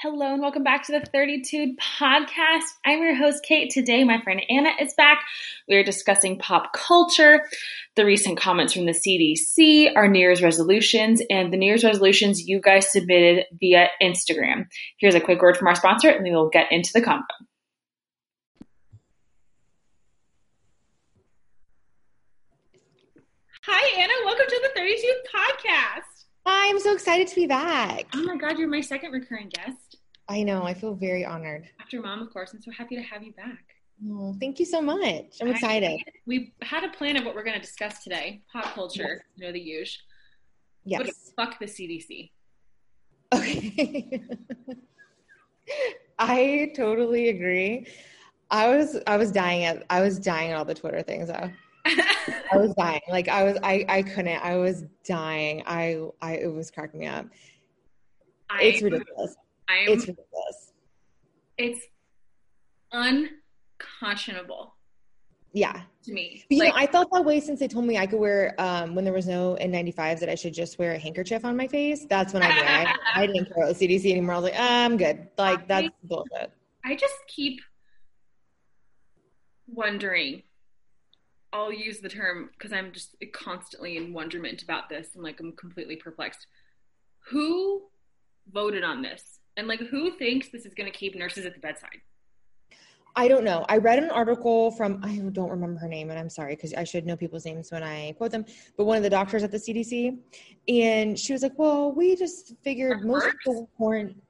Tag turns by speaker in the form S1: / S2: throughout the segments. S1: Hello and welcome back to the 32 podcast. I'm your host, Kate. Today, my friend Anna is back. We are discussing pop culture, the recent comments from the CDC, our New Year's resolutions, and the New Year's resolutions you guys submitted via Instagram. Here's a quick word from our sponsor, and we will get into the combo. Hi, Anna. Welcome to the 32 podcast.
S2: Hi, I'm so excited to be back.
S1: Oh my God, you're my second recurring guest
S2: I know, I feel very honored.
S1: after mom, of course. I'm so happy to have you back.
S2: Oh, thank you so much. I'm excited.
S1: We had a plan of what we're going to discuss today pop culture, you know, the huge. But
S2: Yes.
S1: fuck the CDC.
S2: Okay. I totally agree. I was I was dying at I was dying at all the Twitter things though. I was dying. Like I was I I couldn't. I was dying. I I it was cracking me up. It's
S1: I,
S2: ridiculous.
S1: I'm,
S2: It's
S1: it's,
S2: ridiculous.
S1: unconscionable
S2: Yeah.
S1: to me.
S2: You
S1: like,
S2: know, I felt that way since they told me I could wear um, when there was no N95s that I should just wear a handkerchief on my face. That's when I knew I, I didn't care about the CDC anymore. I was like, I'm good. Like that's bullshit.
S1: I just keep wondering. I'll use the term because I'm just constantly in wonderment about this and like I'm completely perplexed. Who voted on this? And like, who thinks this is going to keep nurses at the bedside?
S2: I don't know. I read an article from I don't remember her name, and I'm sorry because I should know people's names when I quote them. But one of the doctors at the CDC, and she was like, "Well, we just figured
S1: Dr.
S2: most
S1: Birx?
S2: people weren't."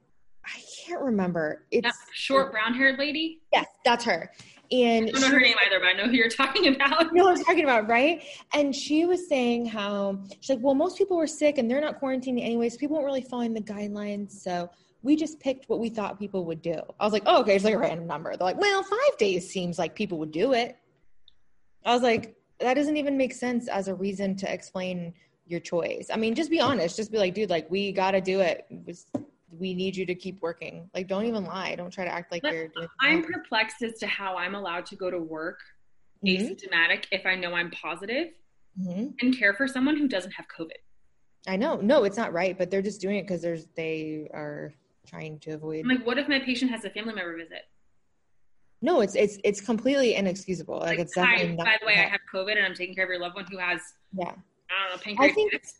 S2: I can't remember. It's
S1: That short brown haired lady?
S2: yes, that's her.
S1: I
S2: And
S1: don't know
S2: she
S1: her name either, but I know who you're talking about.
S2: you know what I'm talking about, right? And she was saying how she's like, well, most people were sick and they're not quarantined anyway, so people weren't really following the guidelines. So we just picked what we thought people would do. I was like, oh, okay, it's like a random number. They're like, well, five days seems like people would do it. I was like, that doesn't even make sense as a reason to explain your choice. I mean, just be honest. Just be like, dude, like we gotta do it. It was- We need you to keep working. Like, don't even lie. Don't try to act like
S1: But
S2: you're. Doing
S1: I'm perplexed as to how I'm allowed to go to work Mm-hmm. asymptomatic if I know I'm positive
S2: Mhm.
S1: and care for someone who doesn't have COVID.
S2: I know. No, it's not right, but they're just doing it because there's they are trying to avoid.
S1: I'm like, what if my patient has a family member visit?
S2: no, it's it's it's completely inexcusable. Like,
S1: Like,
S2: it's
S1: hi,
S2: definitely not.
S1: by the way, I have COVID and I'm taking care of your loved one who has,
S2: yeah,
S1: I don't know,
S2: I
S1: pancreatitis.
S2: think it's.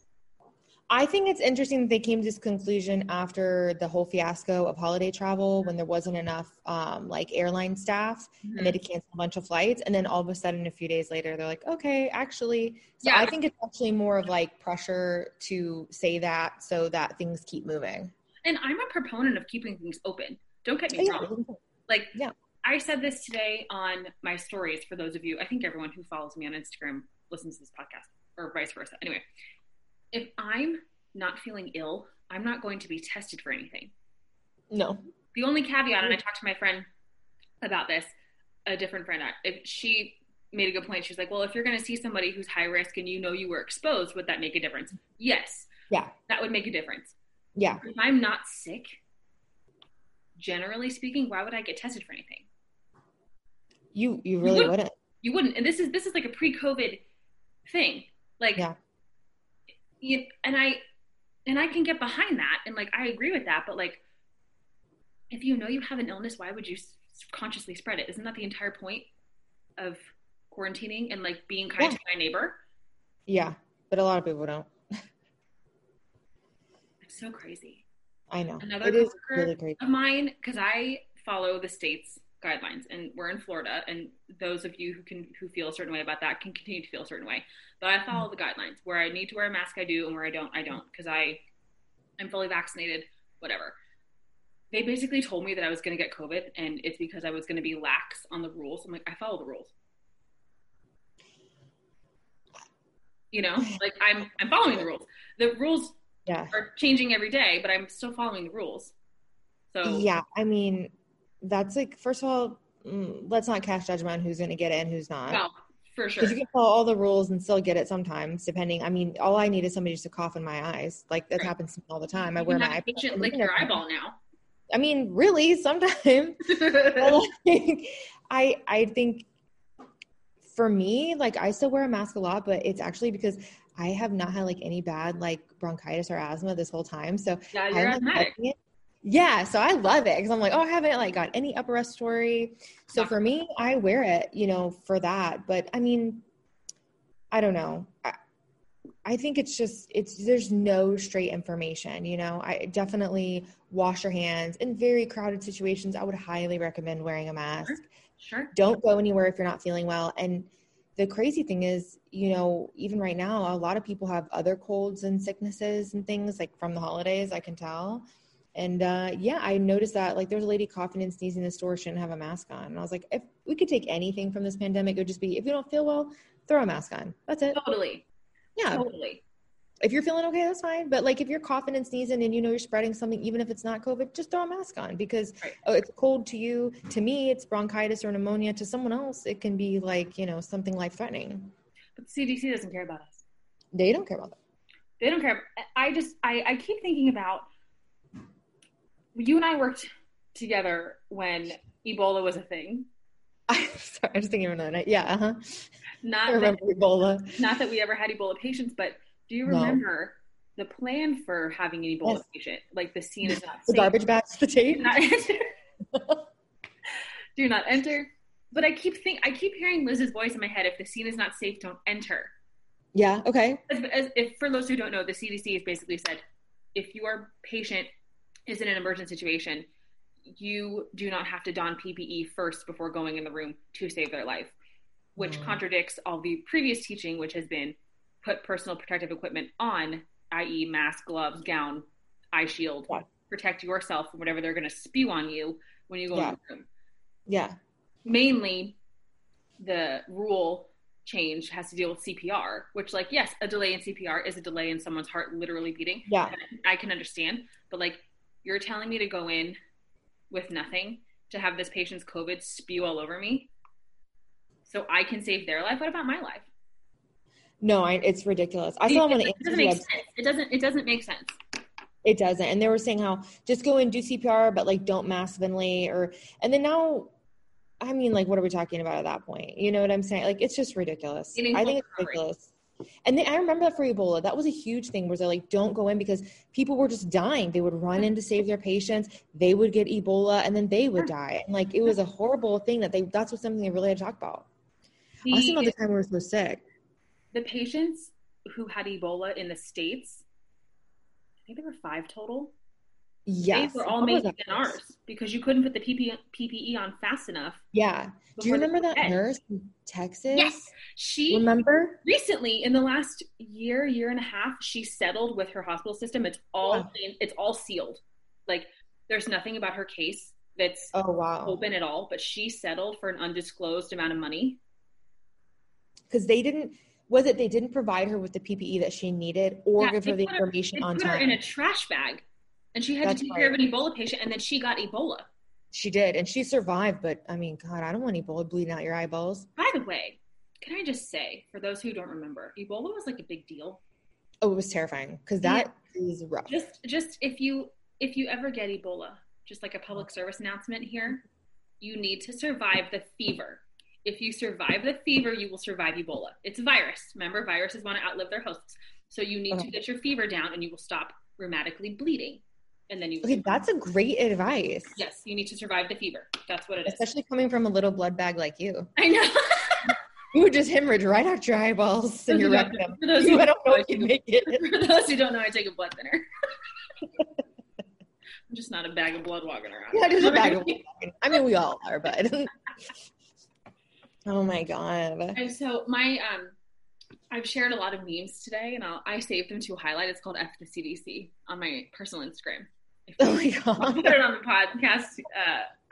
S2: I think it's interesting that they came to this conclusion after the whole fiasco of holiday travel when there wasn't enough um, like airline staff
S1: Mhm.
S2: and they had to cancel a bunch of flights. And then all of a sudden, a few days later, they're like, okay, actually. So
S1: Yeah.
S2: I think it's actually more of like pressure to say that so that things keep moving.
S1: and I'm a proponent of keeping things open. Don't get me
S2: Yeah.
S1: wrong. Like,
S2: Yeah.
S1: I said this today on my stories for those of you, I think everyone who follows me on Instagram listens to this podcast or vice versa. Anyway, if I'm not feeling ill, I'm not going to be tested for anything.
S2: No.
S1: The only caveat, and I talked to my friend about this, a different friend, if she made a good point. She was like, well, if you're going to see somebody who's high risk and you know you were exposed, would that make a difference? Yes.
S2: Yeah.
S1: That would make a difference.
S2: Yeah.
S1: If I'm not sick, generally speaking, why would I get tested for anything?
S2: You you really
S1: would-
S2: wouldn't.
S1: you wouldn't and this is this is like a pre-covid thing like
S2: Yeah.
S1: you, and i and i can get behind that and like i agree with that but like if you know you have an illness why would you s- consciously spread it isn't that the entire point of quarantining and like being kind
S2: Yeah.
S1: to my neighbor
S2: Yeah, but a lot of people don't.
S1: it's so crazy
S2: I know.
S1: Another
S2: it is
S1: coworker-
S2: really great.
S1: of mine because i follow the state's guidelines and we're in florida and those of you who can who feel a certain way about that can continue to feel a certain way but i follow the guidelines where i need to wear a mask i do and where i don't i don't because i i'm fully vaccinated whatever they basically told me that i was going to get covid and it's because i was going to be lax on the rules i'm like i follow the rules you know like i'm i'm following the rules the rules
S2: Yeah.
S1: are changing every day but i'm still following the rules so
S2: Yeah. I mean, that's like, first of all, mm, let's not cast judgment on who's going to get it and who's not.
S1: well for sure
S2: Because you can follow all the rules and still get it sometimes, depending. I mean, all I need is somebody just to cough in my eyes. Like, that
S1: Right.
S2: happens to me all the time. I
S1: You
S2: wear
S1: can
S2: my
S1: have a
S2: eye-
S1: patient lick your eyeball now.
S2: I mean, really, sometimes. But, like, I I think for me, like I still wear a mask a lot, but it's actually because I have not had like any bad like bronchitis or asthma this whole time. So
S1: yeah,
S2: I'm
S1: you're
S2: like,
S1: asthmatic.
S2: loving it. Yeah, so I love it because I'm like, oh, I haven't like got any upper respiratory. So
S1: Yeah.
S2: for me, I wear it, you know, for that. But I mean, I don't know. I, I think it's just it's there's no straight information, you know. I definitely wash your hands in very crowded situations. I would highly recommend wearing a mask.
S1: Sure.
S2: Don't go anywhere if you're not feeling well. And the crazy thing is, you know, even right now, a lot of people have other colds and sicknesses and things like from the holidays, I can tell. And uh, yeah, I noticed that like there's a lady coughing and sneezing in the store, she didn't have a mask on. And I was like, if we could take anything from this pandemic, it would just be if you don't feel well, throw a mask on. That's it.
S1: Totally.
S2: Yeah.
S1: Totally.
S2: If you're feeling okay, that's fine. But like if you're coughing and sneezing and you know you're spreading something, even if it's not COVID, just throw a mask on because
S1: Right.
S2: oh, it's cold to you. To me, it's bronchitis or pneumonia. To someone else, it can be like, you know, something life threatening.
S1: But the CDC doesn't care about us.
S2: They don't care about that.
S1: They don't care. I just, I, I keep thinking about you and I worked together when Ebola was a thing.
S2: I'm sorry, I was thinking of another night. Yeah, uh-huh.
S1: Uh,
S2: I
S1: Not that,
S2: remember Ebola.
S1: not that we ever had Ebola patients, but do you
S2: No.
S1: remember the plan for having an Ebola
S2: Yes.
S1: patient? Like the scene is not
S2: The
S1: safe.
S2: garbage bags, the tape.
S1: do not enter. do not enter. But I keep think I keep hearing Liz's voice in my head. If the scene is not safe, don't enter.
S2: Yeah, okay.
S1: As, as, if for those who don't know, the CDC has basically said, if your patient is in an emergent situation, you do not have to don PPE first before going in the room to save their life, which
S2: Mm.
S1: contradicts all the previous teaching, which has been put personal protective equipment on, i.e., mask, gloves, gown, eye shield,
S2: Yeah.
S1: protect yourself from whatever they're going to spew on you when you go
S2: Yeah.
S1: in the room
S2: Yeah.
S1: mainly the rule change has to deal with CPR, which like yes, a delay in CPR is a delay in someone's heart literally beating.
S2: Yeah.
S1: I can understand, but like you're telling me to go in with nothing to have this patient's COVID spew all over me, so I can save their life. What about my life?
S2: No, I, it's ridiculous. I saw
S1: it,
S2: one on
S1: it
S2: the
S1: doesn't make
S2: website.
S1: sense. It doesn't. It doesn't make sense.
S2: It doesn't. And they were saying how just go and do CPR, but like don't mask ventilate or, and then now, I mean, like, what are we talking about at that point? You know what I'm saying? Like, it's just ridiculous.
S1: Getting
S2: I think it's
S1: recovery.
S2: ridiculous. And then I remember that for Ebola, that was a huge thing where they're like, don't go in because people were just dying. They would run in to save their patients. They would get Ebola and then they would die. And like, it was a horrible thing that they, that's what something they really had to talk about. I
S1: The-
S2: seen all the time we were so sick.
S1: the patients who had Ebola in the states, I think there were five total.
S2: Yes.
S1: They were all
S2: That was
S1: made than
S2: a-
S1: ours because you couldn't put the E, PP, PPE on fast enough.
S2: Yeah. Do you
S1: before they
S2: remember that
S1: dead.
S2: nurse in Texas?
S1: Yes. She
S2: Remember?
S1: recently, in the last year, year and a half, she settled with her hospital system. It's all it's all sealed. Like there's nothing about her case that's
S2: Oh wow!
S1: open at all. But she settled for an undisclosed amount of money.
S2: Because they didn't. Was it they didn't provide her with the PPE that she needed, or
S1: Yeah,
S2: give
S1: they
S2: her the
S1: put her-
S2: information
S1: They
S2: on
S1: put her
S2: time?
S1: in a trash bag, and she had
S2: That's
S1: to take care of
S2: right.
S1: an Ebola patient, and then she got Ebola.
S2: she did, and she survived. But I mean, God, I don't want Ebola bleeding out your eyeballs.
S1: By the way, can I just say, for those who don't remember, Ebola was like a big deal.
S2: Oh, it was terrifying because
S1: Yeah.
S2: that is rough.
S1: Just, just if you if you ever get Ebola, just like a public service announcement here, you need to survive the fever. If you survive the fever, you will survive Ebola. It's a virus. Remember, viruses want to outlive their hosts, so you need
S2: Okay.
S1: to get your fever down, and you will stop rheumatically bleeding, and then you.
S2: okay, that's a great advice,
S1: yes, you need to survive the fever. That's what it is.
S2: especially coming from a little blood bag like you.
S1: I know.
S2: You would just hemorrhage right out your eyeballs and
S1: Those
S2: your
S1: who don't-
S2: rectum.
S1: for those who
S2: You, I don't know if
S1: don't
S2: you make it.
S1: For those who don't know, I take a blood thinner. I'm just not a bag of blood walking around.
S2: Yeah, just a bag of. I mean, we all are, but. oh my God!
S1: And so my um, I've shared a lot of memes today, and I'll, I saved them to highlight. It's called F the CDC on my personal Instagram.
S2: Oh my
S1: I'll
S2: God!
S1: put it on the podcast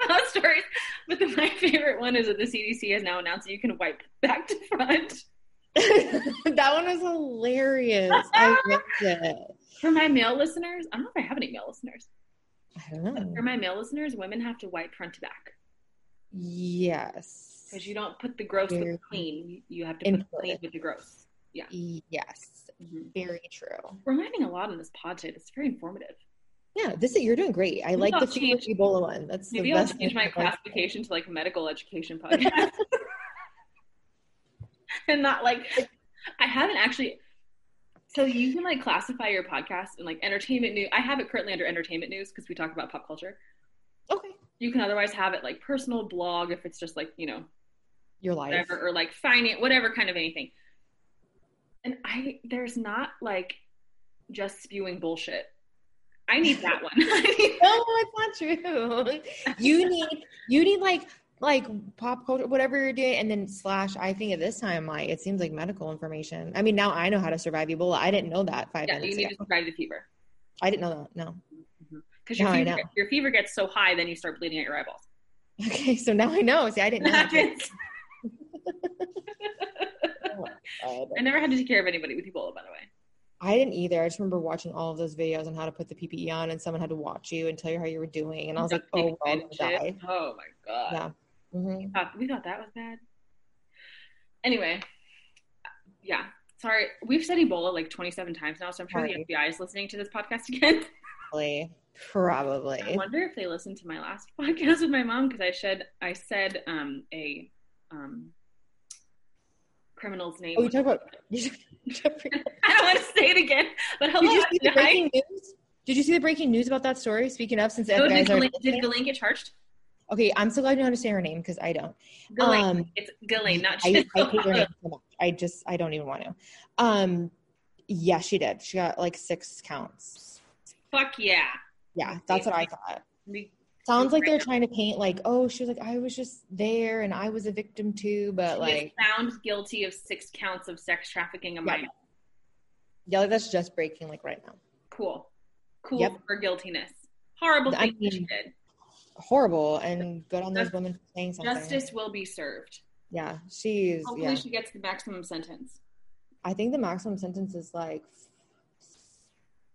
S1: uh, stories. But the, my favorite one is that the CDC has now announced that you can wipe back to front.
S2: that one was hilarious. I loved it.
S1: For my male listeners, I don't know if I have any male listeners.
S2: I don't know.
S1: For my male listeners, women have to wipe front to back.
S2: Yes.
S1: Because you don't put the gross with
S2: Very
S1: the clean. You- You have to put the clean
S2: important.
S1: with the gross. Mm-hmm.
S2: Yes. Very true.
S1: We're learning a lot on this pod today. That's very informative.
S2: Yeah, this is, you're doing great. I
S1: Maybe
S2: like
S1: I'll
S2: the fever
S1: change-
S2: Ebola one. That's
S1: Maybe
S2: the
S1: I'll
S2: best.
S1: change my
S2: one.
S1: classification to like medical education podcast. and not like, I haven't actually, So you can like classify your podcast in like entertainment news. I have it currently under entertainment news because we talk about pop culture.
S2: Okay.
S1: You can otherwise have it like personal blog if it's just like, you know,
S2: Your life.
S1: whatever or like finance, whatever kind of anything. And I there's not like just spewing bullshit. I need that one.
S2: No, it's not true. You need you need like like pop culture, whatever you're doing, and then slash. I think at this time, like it seems like medical information. I mean, now I know how to survive Ebola. I didn't know that five
S1: yeah, you
S2: minutes
S1: need
S2: ago.
S1: to survive the fever
S2: I didn't know that. No.
S1: because your,
S2: Now I
S1: fever
S2: know.
S1: get- your fever gets so high, then you start bleeding out your eyeballs.
S2: Okay, so now I know. See, I didn't know. That.
S1: I never had to take care of anybody with Ebola, by the way.
S2: I didn't either. I just remember watching all of those videos on how to put the PPE on, and someone had to watch you and tell you how you were doing. And I was like,
S1: Duct
S2: oh,
S1: tape
S2: well, I'm
S1: and
S2: gonna
S1: shit.
S2: die.
S1: Oh my god.
S2: Yeah. hmm
S1: Thought- we thought that was bad. Anyway, yeah. Sorry, we've said Ebola like 27 times now, so I'm sure
S2: Sorry.
S1: the FBI is listening to this podcast again.
S2: Probably. Probably.
S1: I wonder if they listened to my last podcast with my mom because I said I said um, a um, criminal's name.
S2: Oh, you talk about. You talk,
S1: I don't want to say it again. But hello,
S2: did you see the
S1: FBI.
S2: breaking news? Did you see the breaking news about that story? Speaking of, since the
S1: Oh,
S2: FBI's
S1: did,
S2: already
S1: Ghislaine, did Ghislaine get charged?
S2: Okay, I'm so glad you know how to say her name because I don't.
S1: Ghislaine.
S2: Um,
S1: it's Ghislaine, not
S2: I, I hate her
S1: Ghislaine.
S2: name so much. I just I don't even want to. Um, yeah, she did. She got like six counts.
S1: Fuck yeah.
S2: Yeah, that's what I thought.
S1: We-
S2: Sounds like they're trying to paint like, oh, she was like, I was just there and I was a victim too,
S1: She
S2: but
S1: is
S2: like,
S1: found guilty of six counts of sex trafficking a
S2: Yeah.
S1: minor.
S2: yeah, like that's just breaking like right now.
S1: Cool. Cool
S2: Yep.
S1: for guiltiness. Horrible
S2: I
S1: thing she
S2: mean,
S1: did.
S2: Horrible and good on those
S1: Just-
S2: women for saying something.
S1: Justice will be served.
S2: Yeah, she's
S1: Hopefully
S2: yeah.
S1: she gets the maximum sentence.
S2: I think the maximum sentence is like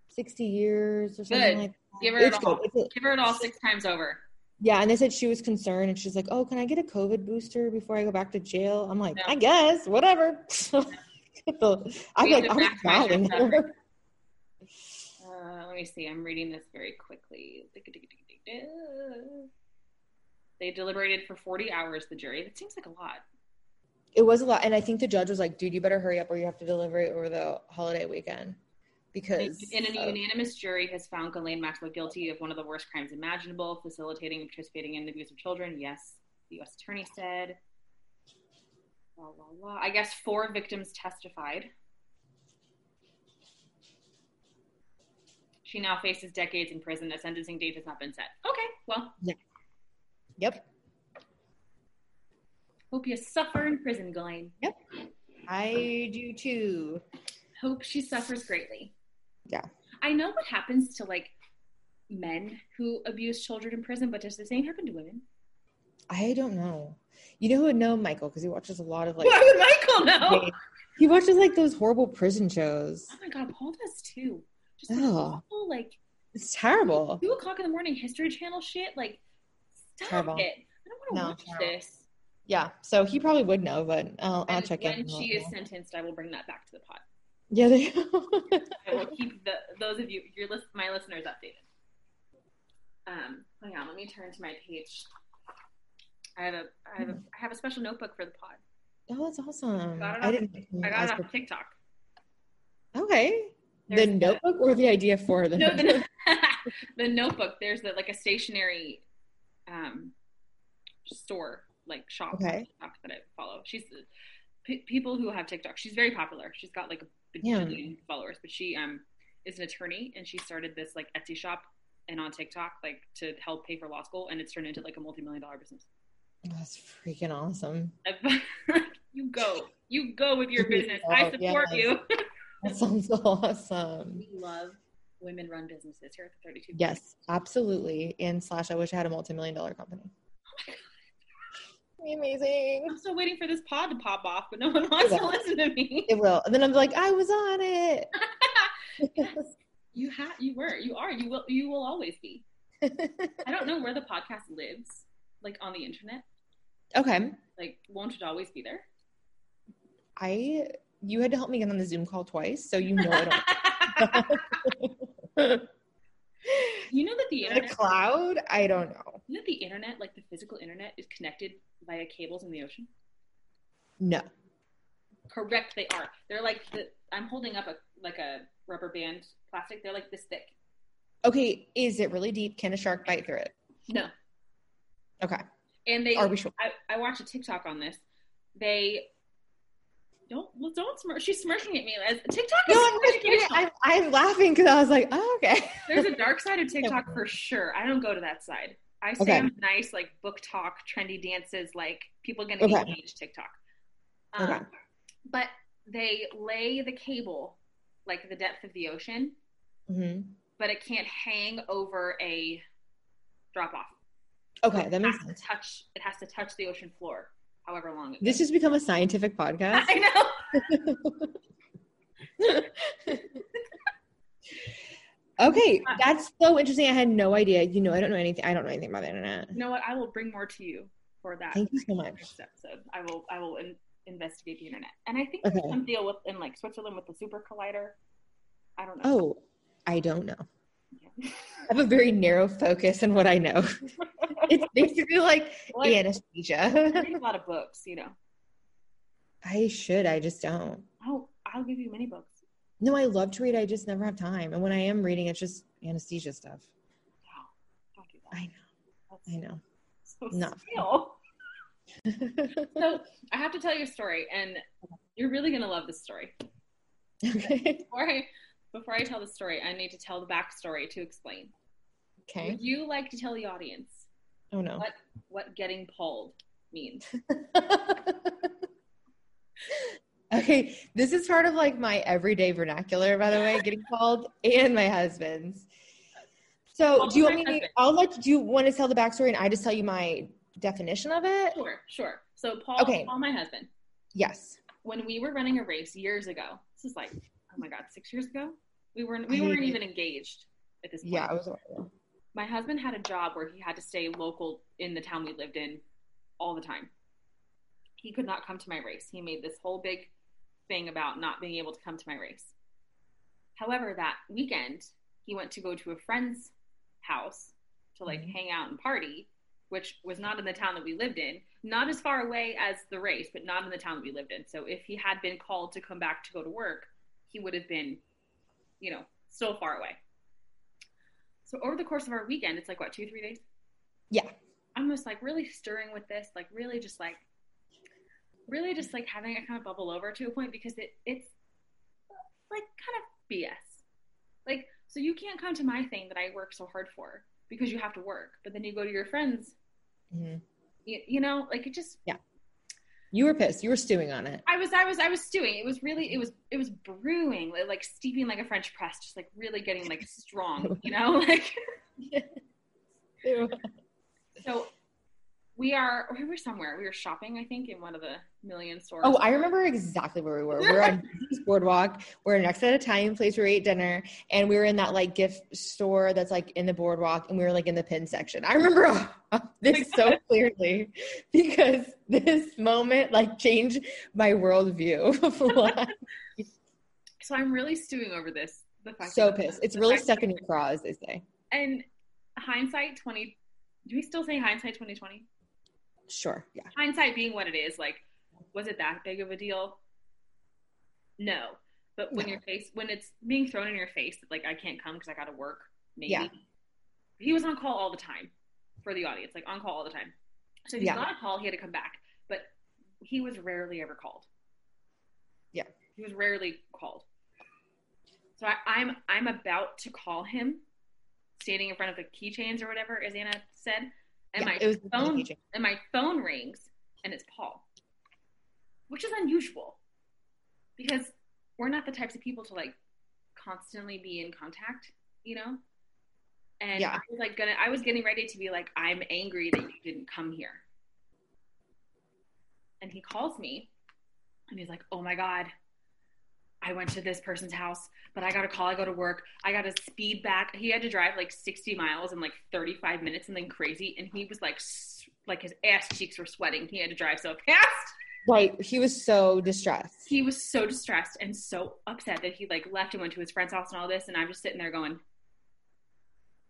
S2: sixty years or something
S1: Good.
S2: like. That.
S1: Give her
S2: It's
S1: it all.
S2: good. It's a-
S1: Give her it all six times over.
S2: yeah, and they said she was concerned, and she's like, "Oh, can I get a COVID booster before I go back to jail?" I'm like,
S1: No.
S2: "I guess, whatever." So, I'm
S1: We
S2: like,
S1: have
S2: I'm
S1: maximized your
S2: dying.
S1: suffering. Uh, let me see. I'm reading this very quickly. They deliberated for 40 hours, the jury. That seems like a lot.
S2: It was a lot, and I think the judge was like, "Dude, you better hurry up, or you have to deliver it over the holiday weekend." Because
S1: And a
S2: of-
S1: unanimous jury has found Ghislaine Maxwell guilty of one of the worst crimes imaginable, facilitating and participating in the abuse of children. Yes, the U.S. attorney said. La, la, la. I guess four victims testified. She now faces decades in prison. A sentencing date has not been set. Okay, well,
S2: yep,
S1: hope you suffer in prison, Ghislaine.
S2: I do too.
S1: Hope she suffers greatly.
S2: Yeah.
S1: I know what happens to like men who abuse children in prison, but does the same happen to women?
S2: I don't know. You know who would know Michael because he watches a lot of like
S1: Why would Michael know?
S2: he watches like those horrible prison shows.
S1: Oh my god, Paul does too. Just like,
S2: Oh,
S1: awful, like
S2: it's terrible.
S1: two o'clock in the morning History Channel shit. Like, stop
S2: Terrible.
S1: it. I don't
S2: No,
S1: want to watch
S2: terrible.
S1: this.
S2: Yeah, so he probably would know, but uh, I'll, I'll
S1: And
S2: check
S1: when
S2: in.
S1: she is sentenced, I will bring that back to the pod.
S2: yeah, there
S1: I will keep the those of you your list my listeners updated. Um, hang on, let me turn to my page. I have a I have a I have a special notebook for the pod.
S2: oh, that's awesome.
S1: Got it
S2: I
S1: off-
S2: didn't.
S1: I got
S2: was
S1: it off
S2: prepared.
S1: of TikTok.
S2: Okay, the
S1: There's
S2: notebook or the idea for the
S1: no,
S2: notebook?
S1: the, the notebook. There's the, like a stationary um, store, like shop,
S2: Okay.
S1: shop that I follow. She's p- people who have TikTok. She's very popular. She's got like a
S2: Yeah.
S1: bajillion followers, but she um is an attorney and she started this like Etsy shop and on TikTok like to help pay for law school, and it's turned into like a multi-million dollar business.
S2: That's freaking awesome.
S1: I've- you go, you go with your
S2: You go,
S1: business. I support
S2: yes.
S1: you.
S2: That sounds awesome.
S1: we love women-run businesses here at the 32.
S2: Yes, absolutely. And slash, I wish I had a multi-million dollar company. Be amazing.
S1: I'm still waiting for this pod to pop off, but no one wants to
S2: Yeah.
S1: listen to me.
S2: It will. And then I'm like, I was on it.
S1: You have, you were, you are, you will, you will always be. I don't know where the podcast lives, like on the internet.
S2: okay.
S1: Like, won't it always be there?
S2: I you had to help me get on the Zoom call twice, so you know it. all.
S1: you know that the
S2: the
S1: internet,
S2: cloud? I don't know.
S1: you know that the internet, like the physical internet, is connected via cables in the ocean.
S2: No.
S1: Correct, they are. They're like the, I'm holding up a like a rubber band plastic. They're like this thick.
S2: Okay, is it really deep? Can a shark bite through it?
S1: No,
S2: Okay,
S1: and they.
S2: are we sure?
S1: I, I watched a TikTok on this. They don't well, don't smirk. She's smirking at me. As TikTok is
S2: No, I'm just
S1: educational.
S2: kidding. I'm, I'm laughing because I was like, oh, okay.
S1: There's a dark side of TikTok for sure. I don't go to that side. I stay
S2: Okay.
S1: on nice, like book talk, trendy dances, like people gonna
S2: Okay.
S1: engage TikTok. Um,
S2: Okay.
S1: But they lay the cable like the depth of the ocean,
S2: hmm
S1: but it can't hang over a drop off.
S2: Okay, that makes
S1: has
S2: sense.
S1: to touch. It has to touch the ocean floor, however long. It
S2: This has become a scientific podcast.
S1: I know.
S2: Okay, that's so interesting. I had no idea. You know, I don't know anything. I don't know anything about the internet.
S1: You know what? I will bring more to you for that.
S2: Thank you so much.
S1: next episode. I will I will in- investigate the internet. And I think
S2: Okay.
S1: there's some deal with in like Switzerland with the super collider. I don't know.
S2: Oh, I don't know.
S1: Yeah.
S2: I have a very narrow focus in what I know. it's basically like
S1: Like, I
S2: anesthesia.
S1: read a lot of books, you know.
S2: I should. I just don't.
S1: I'll I'll give you many books.
S2: No, I love to read. I just never have time. And when I am reading, it's just anesthesia stuff.
S1: No, don't do that.
S2: I know. I know.
S1: So
S2: No.
S1: stale. So I have to tell you a story, and you're really gonna love this story.
S2: okay.
S1: Before I before I tell the story, I need to tell the backstory to explain.
S2: Okay.
S1: Would you like to tell the audience
S2: Oh no.
S1: what what getting pulled means?
S2: okay, this is part of like my everyday vernacular, by the way, getting called, and my husband's. So,
S1: Also
S2: do you
S1: my
S2: want me?
S1: husband.
S2: I'll let do you want to tell the backstory, and I just tell you my definition of it.
S1: Sure, sure. So Paul,
S2: Okay.
S1: Paul, my husband,
S2: Yes.
S1: when we were running a race years ago, this is like, oh my god, six years ago. We weren't we weren't
S2: I-
S1: even engaged at this point.
S2: Yeah, I was. aware.
S1: My husband had a job where he had to stay local in the town we lived in all the time. He could not come to my race. He made this whole big thing about not being able to come to my race. However, that weekend he went to go to a friend's house to like
S2: Mhm.
S1: hang out and party, which was not in the town that we lived in, not as far away as the race, but not in the town that we lived in. So if he had been called to come back to go to work, he would have been, you know, still far away. So over the course of our weekend, it's like what, two, three days?
S2: Yeah.
S1: I'm just like really stirring with this, like really just like really just like having it kind of bubble over to a point because it it's like kind of BS. Like, so you can't come to my thing that I work so hard for because you have to work, but then you go to your friends,
S2: Mhm.
S1: you, you know, like it just
S2: You were pissed. You were stewing on it.
S1: I was I was I was stewing. It was really it was it was brewing, li- like steeping like a French press, just like really getting like strong, you know? Like so we are we were somewhere. We were shopping, I think, in one of the million stores.
S2: Oh, I remember exactly where we were. We were on this boardwalk. We're next to an Italian place where we ate dinner, and we were in that like gift store that's like in the boardwalk, and we were like in the pin section. I remember this so clearly because this moment like changed my worldview. of life.
S1: So I'm really stewing over this. The fact
S2: so
S1: that-
S2: pissed. It's
S1: the
S2: really
S1: fact
S2: stuck
S1: that-
S2: in your craw, as they say.
S1: And hindsight twenty do we still say hindsight twenty twenty?
S2: Sure. Yeah.
S1: hindsight being what it is, like, was it that big of a deal? No. But when
S2: No.
S1: your face, when it's being thrown in your face, like, I can't come because I got to work, maybe.
S2: Yeah.
S1: He was on call all the time for the audience, like, on call all the time. So if he
S2: Yeah.
S1: got a call, he had to come back. But he was rarely ever called.
S2: Yeah.
S1: He was rarely called. So I, I'm I'm about to call him, standing in front of the keychains or whatever, as Anna said. And
S2: Yeah,
S1: my
S2: it was
S1: phone and my phone rings and it's Paul, which is unusual because we're not the types of people to like constantly be in contact, you know? And
S2: Yeah.
S1: I was like gonna I was getting ready to be like, I'm angry that you didn't come here. And he calls me and he's like, Oh my God, I went to this person's house, but I got a call, I go to work, I gotta speed back. He had to drive like 60 miles in like 35 minutes, something crazy, and he was like s- like his ass cheeks were sweating. He had to drive so fast
S2: Right. He was so distressed.
S1: he was so distressed and so upset that he like left and went to his friend's house and all this and i'm just sitting there going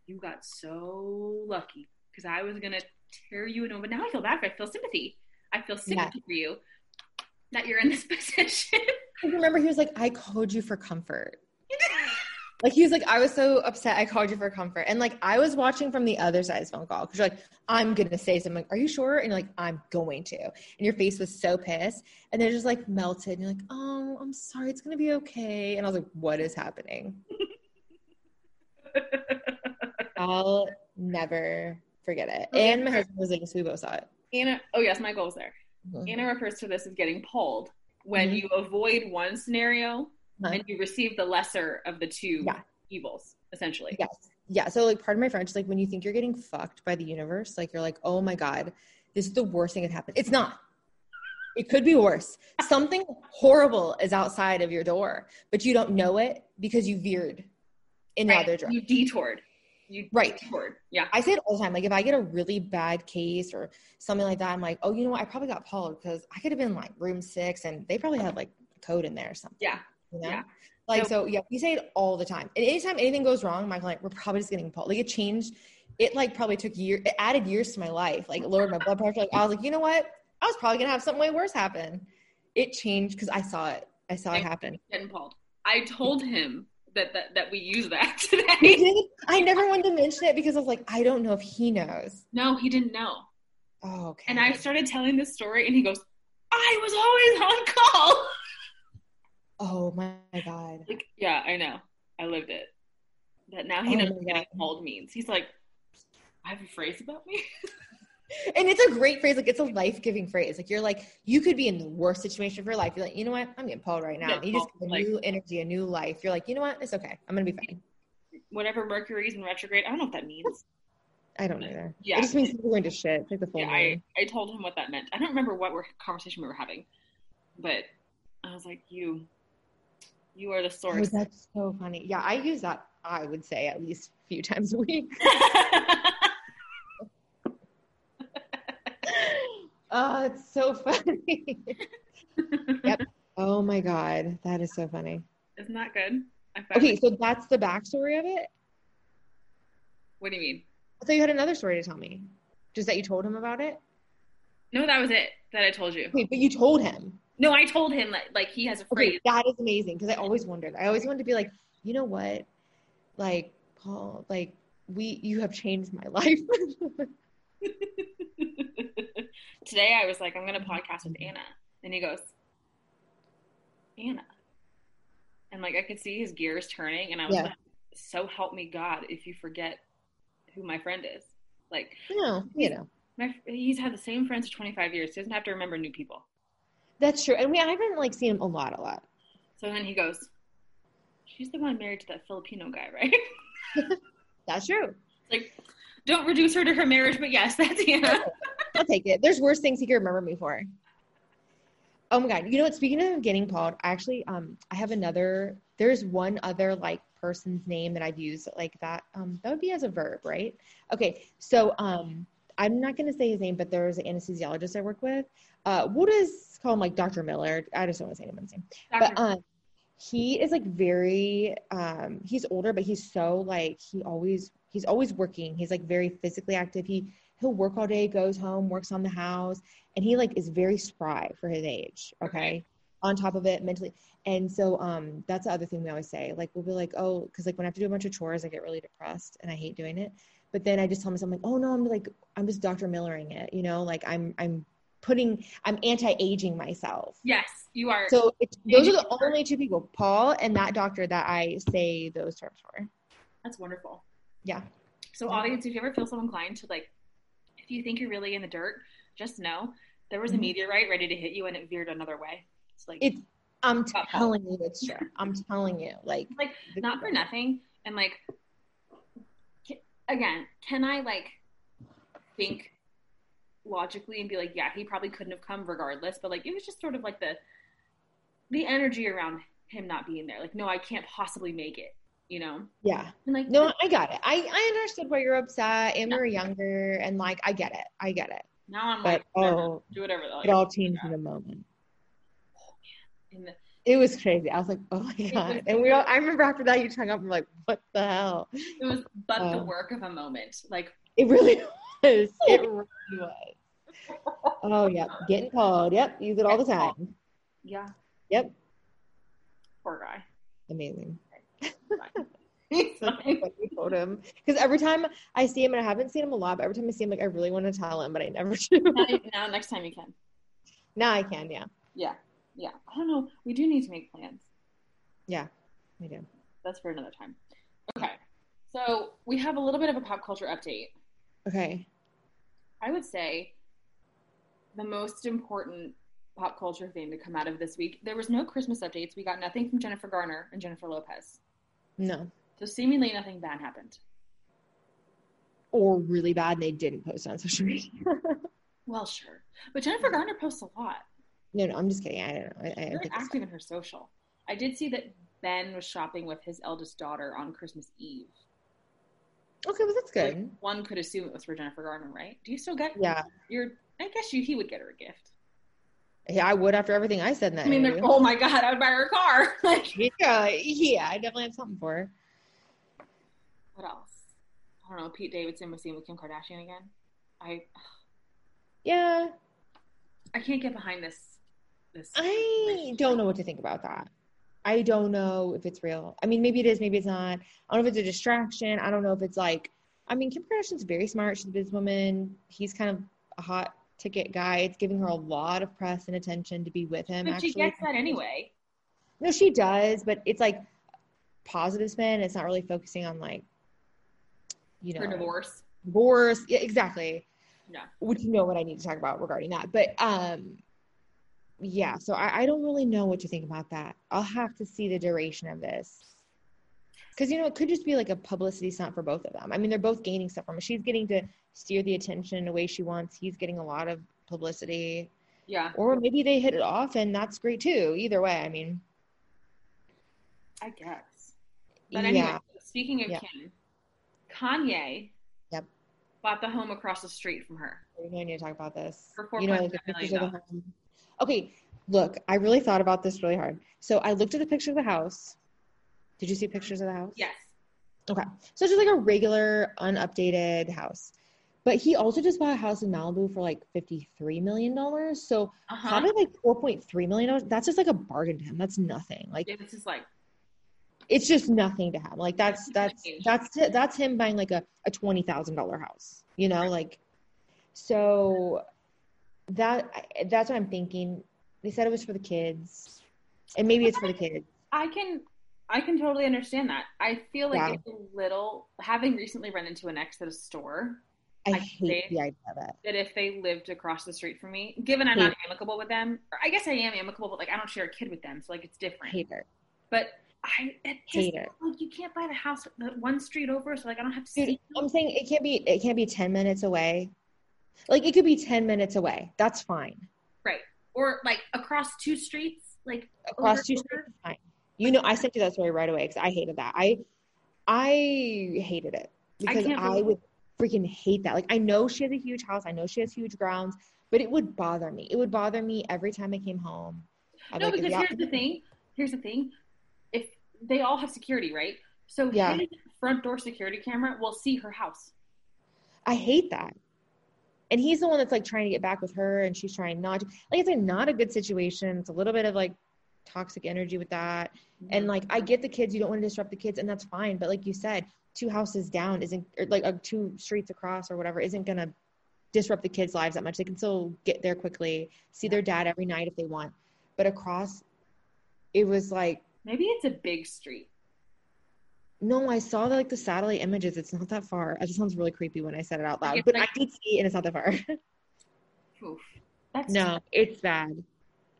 S1: you got so lucky because i was gonna tear you a new but now i feel bad for i feel sympathy i feel sympathy for you that you're in this position.
S2: I remember he was like, I called you for comfort. Like he was like, I was so upset I called you for comfort. And like I was watching from the other side of the phone call because you're like, I'm gonna say something. Like, Are you sure? And you're like, I'm going to. And your face was so pissed. And they're just like melted. And you're like, Oh, I'm sorry, it's gonna be okay. And I was like, What is happening? I'll never forget it.
S1: Okay.
S2: And my husband was like, so we both saw it.
S1: Anna, oh yes, my goal's there.
S2: Mhm.
S1: Anna refers to this as getting pulled when
S2: Mhm.
S1: you avoid one scenario
S2: Huh?
S1: and you receive the lesser of the two
S2: Uh-huh. Yeah.
S1: evils, essentially.
S2: Yes. Yeah. So like part of my French, like when you think you're getting fucked by the universe, like you're like, oh my God, this is the worst thing that happened. It's not. It could be worse. Something horrible is outside of your door, but you don't know it because you veered in the
S1: Right.
S2: other direction.
S1: You detoured. You
S2: Right.
S1: detoured. Yeah.
S2: I say it all the time. Like if I get a really bad case or something like that, I'm like, oh, you know what? I probably got pulled because I could have been like room six and they probably had like a code in there or something.
S1: Yeah.
S2: You know?
S1: Yeah.
S2: Like
S1: So-
S2: so, yeah, we say it all the time. And anytime anything goes wrong, my client, we're probably just getting pulled. Like it changed it like probably took year it added years to my life. Like it lowered my blood pressure. Like I was like, you know what? I was probably gonna have something way worse happen. It changed because I saw it. I saw it
S1: Yeah.
S2: happen.
S1: Getting pulled. I told him that that, that we use that
S2: We
S1: today.
S2: did. I never wanted to mention it because I was like, I don't know if he knows.
S1: no, he didn't know.
S2: Oh, okay.
S1: And I started telling this story and he goes, I was always on call.
S2: oh my god.
S1: Like, yeah, I know. I lived it. But now he
S2: Oh
S1: knows
S2: my
S1: what getting pulled means. He's like, I have a phrase about me.
S2: And it's a great phrase. Like it's a life giving phrase. Like you're like you could be in the worst situation of your life. You're like, you know what? I'm getting pulled right now.
S1: Yeah,
S2: And you just get a
S1: like-
S2: new energy, a new life. You're like, you know what? It's okay. I'm gonna be fine.
S1: Whatever Mercury's in retrograde. I don't know what that means.
S2: I don't either.
S1: Yeah.
S2: It just means people going to shit. It's like the full
S1: Yeah,
S2: moon.
S1: I, I told him what that meant. I don't remember what we're, conversation we were having, but I was like, you, you are the
S2: Oh,
S1: source.
S2: that's so funny. Yeah, I use that. I would say at least a few times a week. Oh, it's so funny. oh my god, that is so funny.
S1: Isn't that good? I found
S2: Okay, so that's the backstory of it.
S1: What do you mean?
S2: I thought you had another story to tell me. Just that you told him about it.
S1: No, that was it that I told you.
S2: Wait, but you told him.
S1: No, I told him that like he has a phrase.
S2: Okay, that is amazing because I always wondered. I always wanted to be like, you know what, like Paul, like we, you have changed my life.
S1: Today I was like, I'm gonna podcast with Anna, and he goes, Anna, and like I could see his gears turning, and I was
S2: Yeah.
S1: like, so help me God if you forget who my friend is. Like
S2: no, you know
S1: my he's had the same friends for 25 years. He doesn't have to remember new people.
S2: that's true. And we, I haven't like seen him a lot, a lot.
S1: So then he goes, she's the one married to that Filipino guy, right?
S2: That's true.
S1: like, don't reduce her to her marriage, but yes, that's Anna.
S2: uh, I'll take it. There's worse things he could remember me for. Oh my god! You know what? Speaking of getting called, I actually, um, I have another. There's one other like person's name that I've used like that. Um, that would be as a verb, right? Okay, so um, I'm not gonna say his name, but there's an anesthesiologist I work with. Uh, we'll just call him like Dr. Miller. I just don't want to say anyone's name but
S1: Doctor-
S2: um he is like very um he's older but he's so like he always he's always working he's like very physically active he he'll work all day goes home works on the house and he like is very spry for his age okay,
S1: Okay.
S2: on top of it mentally and so um that's the other thing we always say like we'll be like oh because like when i have to do a bunch of chores i get really depressed and i hate doing it but then i just tell myself like oh no i'm like i'm just dr millering it you know like i'm i'm putting i'm anti-aging myself
S1: yes, you are.
S2: so it's, those are the
S1: Agent Parker.
S2: only two people, Paul and that doctor, that I say those terms for.
S1: That's wonderful.
S2: Yeah.
S1: So audience, if you ever feel so inclined to like, if you think you're really in the dirt, just know there was a
S2: Mhm.
S1: meteorite ready to hit you and it veered another way. It's like
S2: It's I'm
S1: Got Paul.
S2: telling you, it's true. I'm telling you, like,
S1: Like,
S2: the-
S1: not for nothing. And like, ca- again, can I like think logically and be like, yeah, he probably couldn't have come regardless. But like, it was just sort of like the the energy around him not being there. Like, no, I can't possibly make it. You know?
S2: Yeah,
S1: And like,
S2: no, I got it. I I understood why you're upset, and we were younger, and like, I get it. I get it.
S1: now I'm
S2: But
S1: like, whatever,
S2: oh,
S1: do whatever. the-
S2: it all changed in a moment.
S1: in the-
S2: It was crazy. I was like, oh my god. And we all. I remember after that, you hung up. I'm like, what the hell?
S1: It was but the
S2: Um,
S1: work of a moment. Like
S2: It really was. It really was. Oh yeah, getting called. Yep, use it all the time.
S1: Yeah.
S2: Yep.
S1: Poor guy.
S2: Amazing.
S1: Bye.
S2: Because every time I see him, and I haven't seen him a lot, but every time I see him, like I really want to tell him, but I never do.
S1: now, now, next time you can.
S2: now I can, yeah,
S1: Yeah. Yeah. I don't know. We do need to make plans.
S2: I do.
S1: That's for another time. Okay. So we have a little bit of a pop culture update.
S2: Okay,
S1: I would say the most important pop culture thing to come out of this week. There was no Christmas updates. We got nothing from Jennifer Garner and Jennifer Lopez.
S2: no,
S1: So seemingly nothing bad happened.
S2: or really bad, and they didn't post on social media.
S1: Well, sure. But Jennifer Garner posts a lot.
S2: no, no, I'm just kidding. I don't know. I, I, I
S1: Very
S2: think it's-
S1: active in her social. I did see that Ben was shopping with his eldest daughter on Christmas Eve.
S2: okay, well that's
S1: Like,
S2: good.
S1: one could assume it was for Jennifer Garner, right? Do you still get
S2: Yeah,
S1: your? I guess you he would get her a gift.
S2: yeah, I would after everything I said in that.
S1: I mean, they're,
S2: interview.
S1: oh my god, I would buy her a car. like
S2: yeah, yeah, I definitely have something for her.
S1: what else? I don't know. Pete Davidson was seen with Kim Kardashian again. I
S2: Yeah,
S1: I can't get behind this. This
S2: I don't know what to think about that. I don't know if it's real. I mean, maybe it is, maybe it's not. I don't know if it's a distraction. I don't know if it's like, I mean, Kim Kardashian's very smart. She's a businesswoman. He's kind of a hot ticket guy. It's giving her a lot of press and attention to be with him.
S1: But
S2: actually,
S1: she gets that anyway.
S2: No, she does, but it's like positive spin. It's not really focusing on like, you know,
S1: Her divorce.
S2: divorce. Yeah, exactly.
S1: Yeah.
S2: Which you know what I need to talk about regarding that. But um yeah, so I, I don't really know what to think about that. I'll have to see the duration of this. Cause you know, it could just be like a publicity stunt for both of them. I mean, they're both gaining stuff from it. She's getting to steer the attention the way she wants. He's getting a lot of publicity.
S1: Yeah,
S2: Or maybe they hit it off and that's great too. Either way, I mean
S1: I guess. But anyway, speaking of
S2: Yeah.
S1: Kim, Kanye
S2: Yep.
S1: bought the home across the street from her.
S2: We really need to talk about this.
S1: For
S2: You know,
S1: $4.5
S2: the pictures
S1: million
S2: of the home. Okay, look, I really thought about this really hard. So I looked at the picture of the house. Did you see pictures of the house?
S1: Yes.
S2: So it's just like a regular, unupdated house. But he also just bought a house in Malibu for like fifty-three million dollars. So
S1: Uh-huh.
S2: how did like four point three million dollars? That's just like a bargain to him. That's nothing. Like
S1: yeah, this is like
S2: it's just nothing to him. Like that's that's
S1: Huge.
S2: that's it. that's him buying like a, a twenty thousand dollar house. You know, like so that I- that's what I'm thinking. They said it was for the kids, and maybe it's for the kids.
S1: I can I can totally understand that. I feel like
S2: Yeah.
S1: it's a little having recently run into an ex at a store
S2: I,
S1: I
S2: hate
S1: see.
S2: the idea of it.
S1: that if they lived across the street from me, given I'm not amicable with them, or I guess I am amicable, but like I don't share a kid with them, so like it's different.
S2: Hate it,
S1: But I it just
S2: hate it,
S1: like you can't buy the house the one street over, so like I don't have to
S2: dude.
S1: see.
S2: I'm saying it can't be. It can't be ten minutes away. Like it could be ten minutes away. That's fine.
S1: Right. Or like across two streets, like
S2: across
S1: over-
S2: two streets is fine. You know, I sent you that story right away because I hated that. I I hated it because I,
S1: can't believe-
S2: would freaking hate that. Like I know she has a huge house, I know she has huge grounds, but it would bother me. It would bother me every time I came home. I'd
S1: no,
S2: like,
S1: because
S2: yeah,
S1: here's the thing. Here's the thing. If they all have security, right? So
S2: Yeah.
S1: his front door security camera will see her house.
S2: I hate that. And he's the one that's like trying to get back with her, and she's trying not to. Like it's a, not a good situation. It's a little bit of like toxic energy with that. And like, I get the kids, you don't want to disrupt the kids, and that's fine. But like you said, two houses down isn't, or like uh, two streets across or whatever, isn't going to disrupt the kids' lives that much. They can still get there quickly, see their dad every night if they want. But across, it was like,
S1: maybe it's a big street.
S2: no, I saw the, like the satellite images. It's not that far. It just sounds really creepy when I said it out
S1: Like,
S2: loud,
S1: it's
S2: but I
S1: like-
S2: did see, it and it's not that far.
S1: Oof. That's
S2: No, it's bad.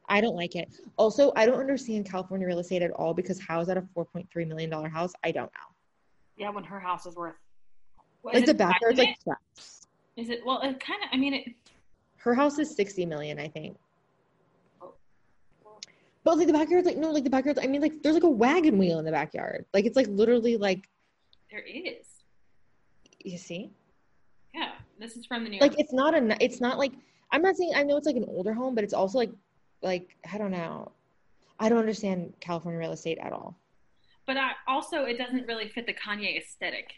S2: I don't like it. Also, I don't understand California real estate at all because how is that a four point three million dollar house? I don't know.
S1: yeah. When her house is worth. What,
S2: Like
S1: is
S2: the
S1: it
S2: backyard's like
S1: private?
S2: traps.
S1: Is it well? It kind of. I mean, it.
S2: Her house is sixty million, I think.
S1: Oh.
S2: But like the backyard's like no, like the backyard. I mean, like there's like a wagon wheel in the backyard. Like it's like literally like
S1: There is.
S2: you see,
S1: Yeah. This is from the New York.
S2: like it's not a, ni- it's not like I'm not saying I know it's like an older home, but it's also like, like I don't know, I don't understand California real estate at all.
S1: but I, also, it doesn't really fit the Kanye aesthetic.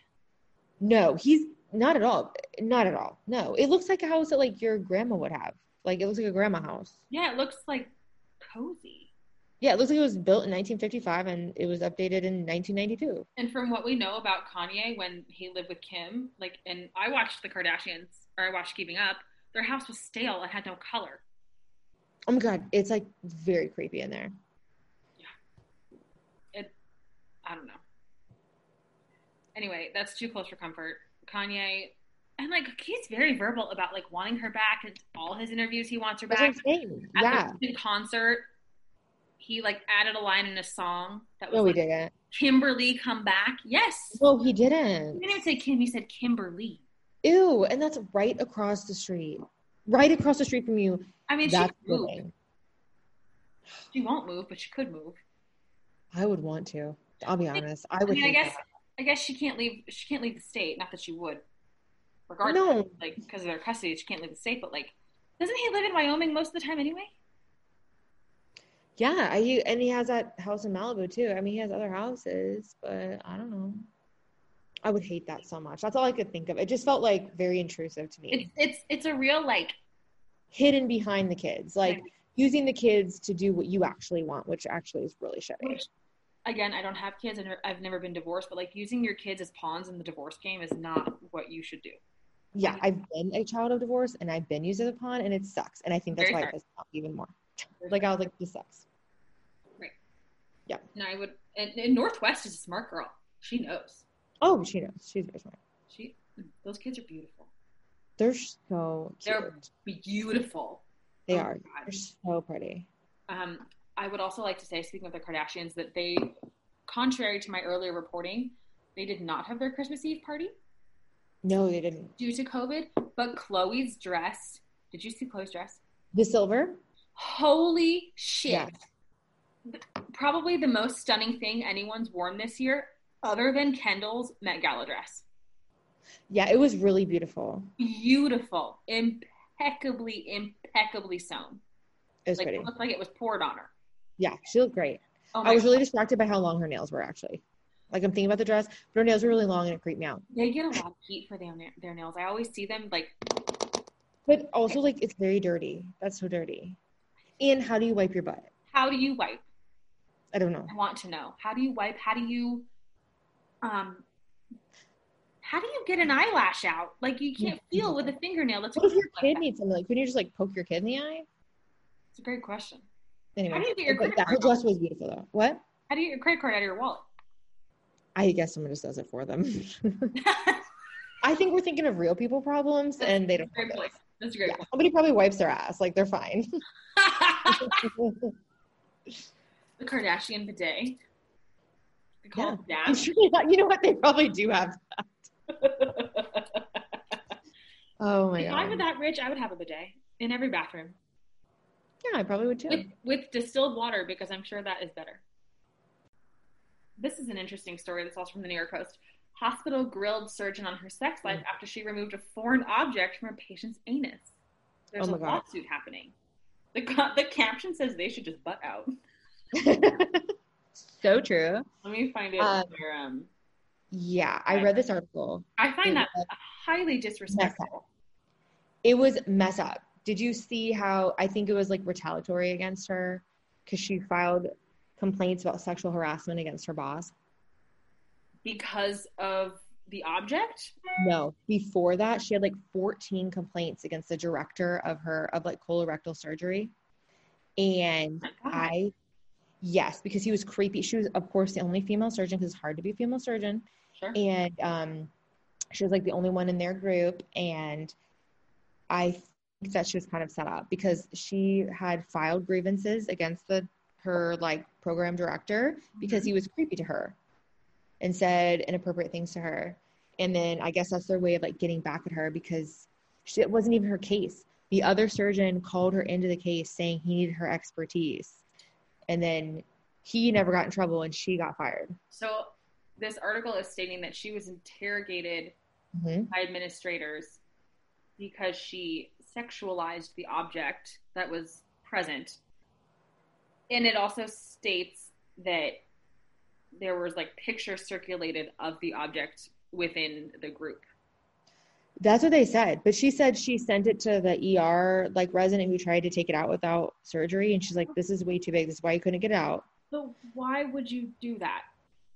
S2: No, he's not at all. Not at all. No, it looks like a house that like your grandma would have. Like it looks like a grandma house.
S1: Yeah, it looks like cozy.
S2: Yeah, it looks like it was built in 1955 and it was updated in 1992.
S1: And from what we know about Kanye when he lived with Kim, like, and I watched the Kardashians or I watched Keeping Up, their house was stale and had no color.
S2: Oh my god, it's like very creepy in there.
S1: I don't know. Anyway, that's too close for comfort. Kanye, and like he's very verbal about like wanting her back. In all his interviews, he wants her
S2: That's what I'm
S1: back.
S2: saying.
S1: At
S2: Yeah.
S1: the concert, he like added a line in a song that was
S2: No, he
S1: like,
S2: didn't.
S1: Kimberly come back. Yes.
S2: No, he
S1: He
S2: didn't.
S1: didn't even say Kim, he said Kimberly.
S2: Ew, and that's right across the street. Right across the street from you.
S1: I mean, she
S2: That's
S1: could move.
S2: living.
S1: She won't move, but she could move.
S2: I would want to. I'll be honest. I
S1: I
S2: would
S1: mean, I
S2: hate
S1: guess
S2: that.
S1: I guess she can't leave. She can't leave the state. Not that she would, regardless,
S2: No.
S1: like because of their custody, she can't leave the state. But like, doesn't he live in Wyoming most of the time anyway?
S2: Yeah, I, he, and he has that house in Malibu too. I mean, he has other houses, but I don't know. I would hate that so much. That's all I could think of. It just felt like very intrusive to me.
S1: It's it's it's a real like
S2: Hidden behind the kids, like using the kids to do what you actually want, which actually is really shitty.
S1: Which- again. I don't have kids, and I've never been divorced. But like using your kids as pawns in the divorce game is not what you should do.
S2: Yeah, I've been a child of divorce and I've been used as a pawn, and it sucks. And I think that's
S1: Very fair.
S2: why it pissed me off even more.
S1: Very
S2: Like I was like, this sucks.
S1: And I would. And, and Northwest is a smart girl. She knows.
S2: Oh, she knows. She's very smart.
S1: She those kids are beautiful.
S2: They're so cute.
S1: They're- Beautiful.
S2: They
S1: Oh,
S2: are.
S1: God.
S2: They're so pretty.
S1: Um, I would also like to say, speaking of the Kardashians, that they, contrary to my earlier reporting, they did not have their Christmas Eve party
S2: No, they didn't.
S1: due to COVID. But Chloe's dress, did you see Chloe's dress?
S2: The silver.
S1: Holy shit.
S2: Yeah.
S1: Probably the most stunning thing anyone's worn this year, other than Kendall's Met Gala dress.
S2: Yeah, it was really beautiful.
S1: Beautiful, impeccably, impeccably sewn.
S2: It was
S1: Like
S2: pretty.
S1: it looked like it was poured on her.
S2: Yeah, she looked great.
S1: Oh my
S2: I was really distracted by how long her nails were actually. Like I'm thinking about the dress, but her nails were really long and it creeped me out.
S1: They get a lot of heat for their, na- their nails. I always see them like
S2: But also like it's very dirty. That's so dirty. And how do you wipe your butt?
S1: how do you wipe?
S2: I don't know.
S1: I want to know. How do you wipe? How do you, um, how do you get an eyelash out? Like you can't feel with a fingernail. That's
S2: What if your
S1: like
S2: kid
S1: that.
S2: needs something? Like couldn't you just like poke your kid in the eye?
S1: It's a great question.
S2: Anyway.
S1: How do you get your
S2: but
S1: credit
S2: that her
S1: card?
S2: dress was beautiful though. What?
S1: How do you get your credit card out of your wallet?
S2: I guess someone just does it for them. I think we're thinking of real people problems and they don't.
S1: great
S2: have
S1: point.
S2: those.
S1: That's a great
S2: Yeah, somebody probably wipes their ass. Like they're fine.
S1: point. the Kardashian bidet. They call
S2: I'm
S1: it
S2: sure they have- you know what? They probably do have
S1: that.
S2: Oh my
S1: if I were
S2: god.
S1: that rich, I would have a bidet in every bathroom
S2: Yeah, I probably would too.
S1: with, with distilled water because I'm sure that is better. This is an interesting story that's also from the New York Post. Hospital grilled surgeon on her sex
S2: Mm.
S1: life after she removed a foreign object from her patient's anus. There's
S2: Oh my
S1: a
S2: God.
S1: lawsuit happening. The, co- the caption says they should just butt out.
S2: so true.
S1: Let me find it.
S2: Um,
S1: where, um,
S2: Yeah, I read this article.
S1: I
S2: it
S1: find that
S2: was-
S1: highly disrespectful.
S2: It was mess up. Did you see how I think it was like retaliatory against her because she filed complaints about sexual harassment against her boss?
S1: Because of the object? Oh
S2: No, before that, she had like 14 complaints against the director of her of like colorectal surgery. And
S1: Oh my God.
S2: I, yes, because he was creepy. She was, of course, the only female surgeon because it's hard to be a female surgeon.
S1: Sure.
S2: and um, she was like the only one in their group. And I think that she was kind of set up because she had filed grievances against the her like program director because he was creepy to her and said inappropriate things to her. And then I guess that's their way of like getting back at her because she, it wasn't even her case. The other surgeon called her into the case saying he needed her expertise. And then he never got in trouble and she got fired.
S1: So this article is stating that she was interrogated
S2: Mhm.
S1: by administrators because she sexualized the object that was present. And it also states that there was like pictures circulated of the object within the group.
S2: That's what they said. But she said she sent it to the ER like resident who tried to take it out without surgery and she's like, This is way too big. This is why you couldn't get it out.
S1: So why would you do that?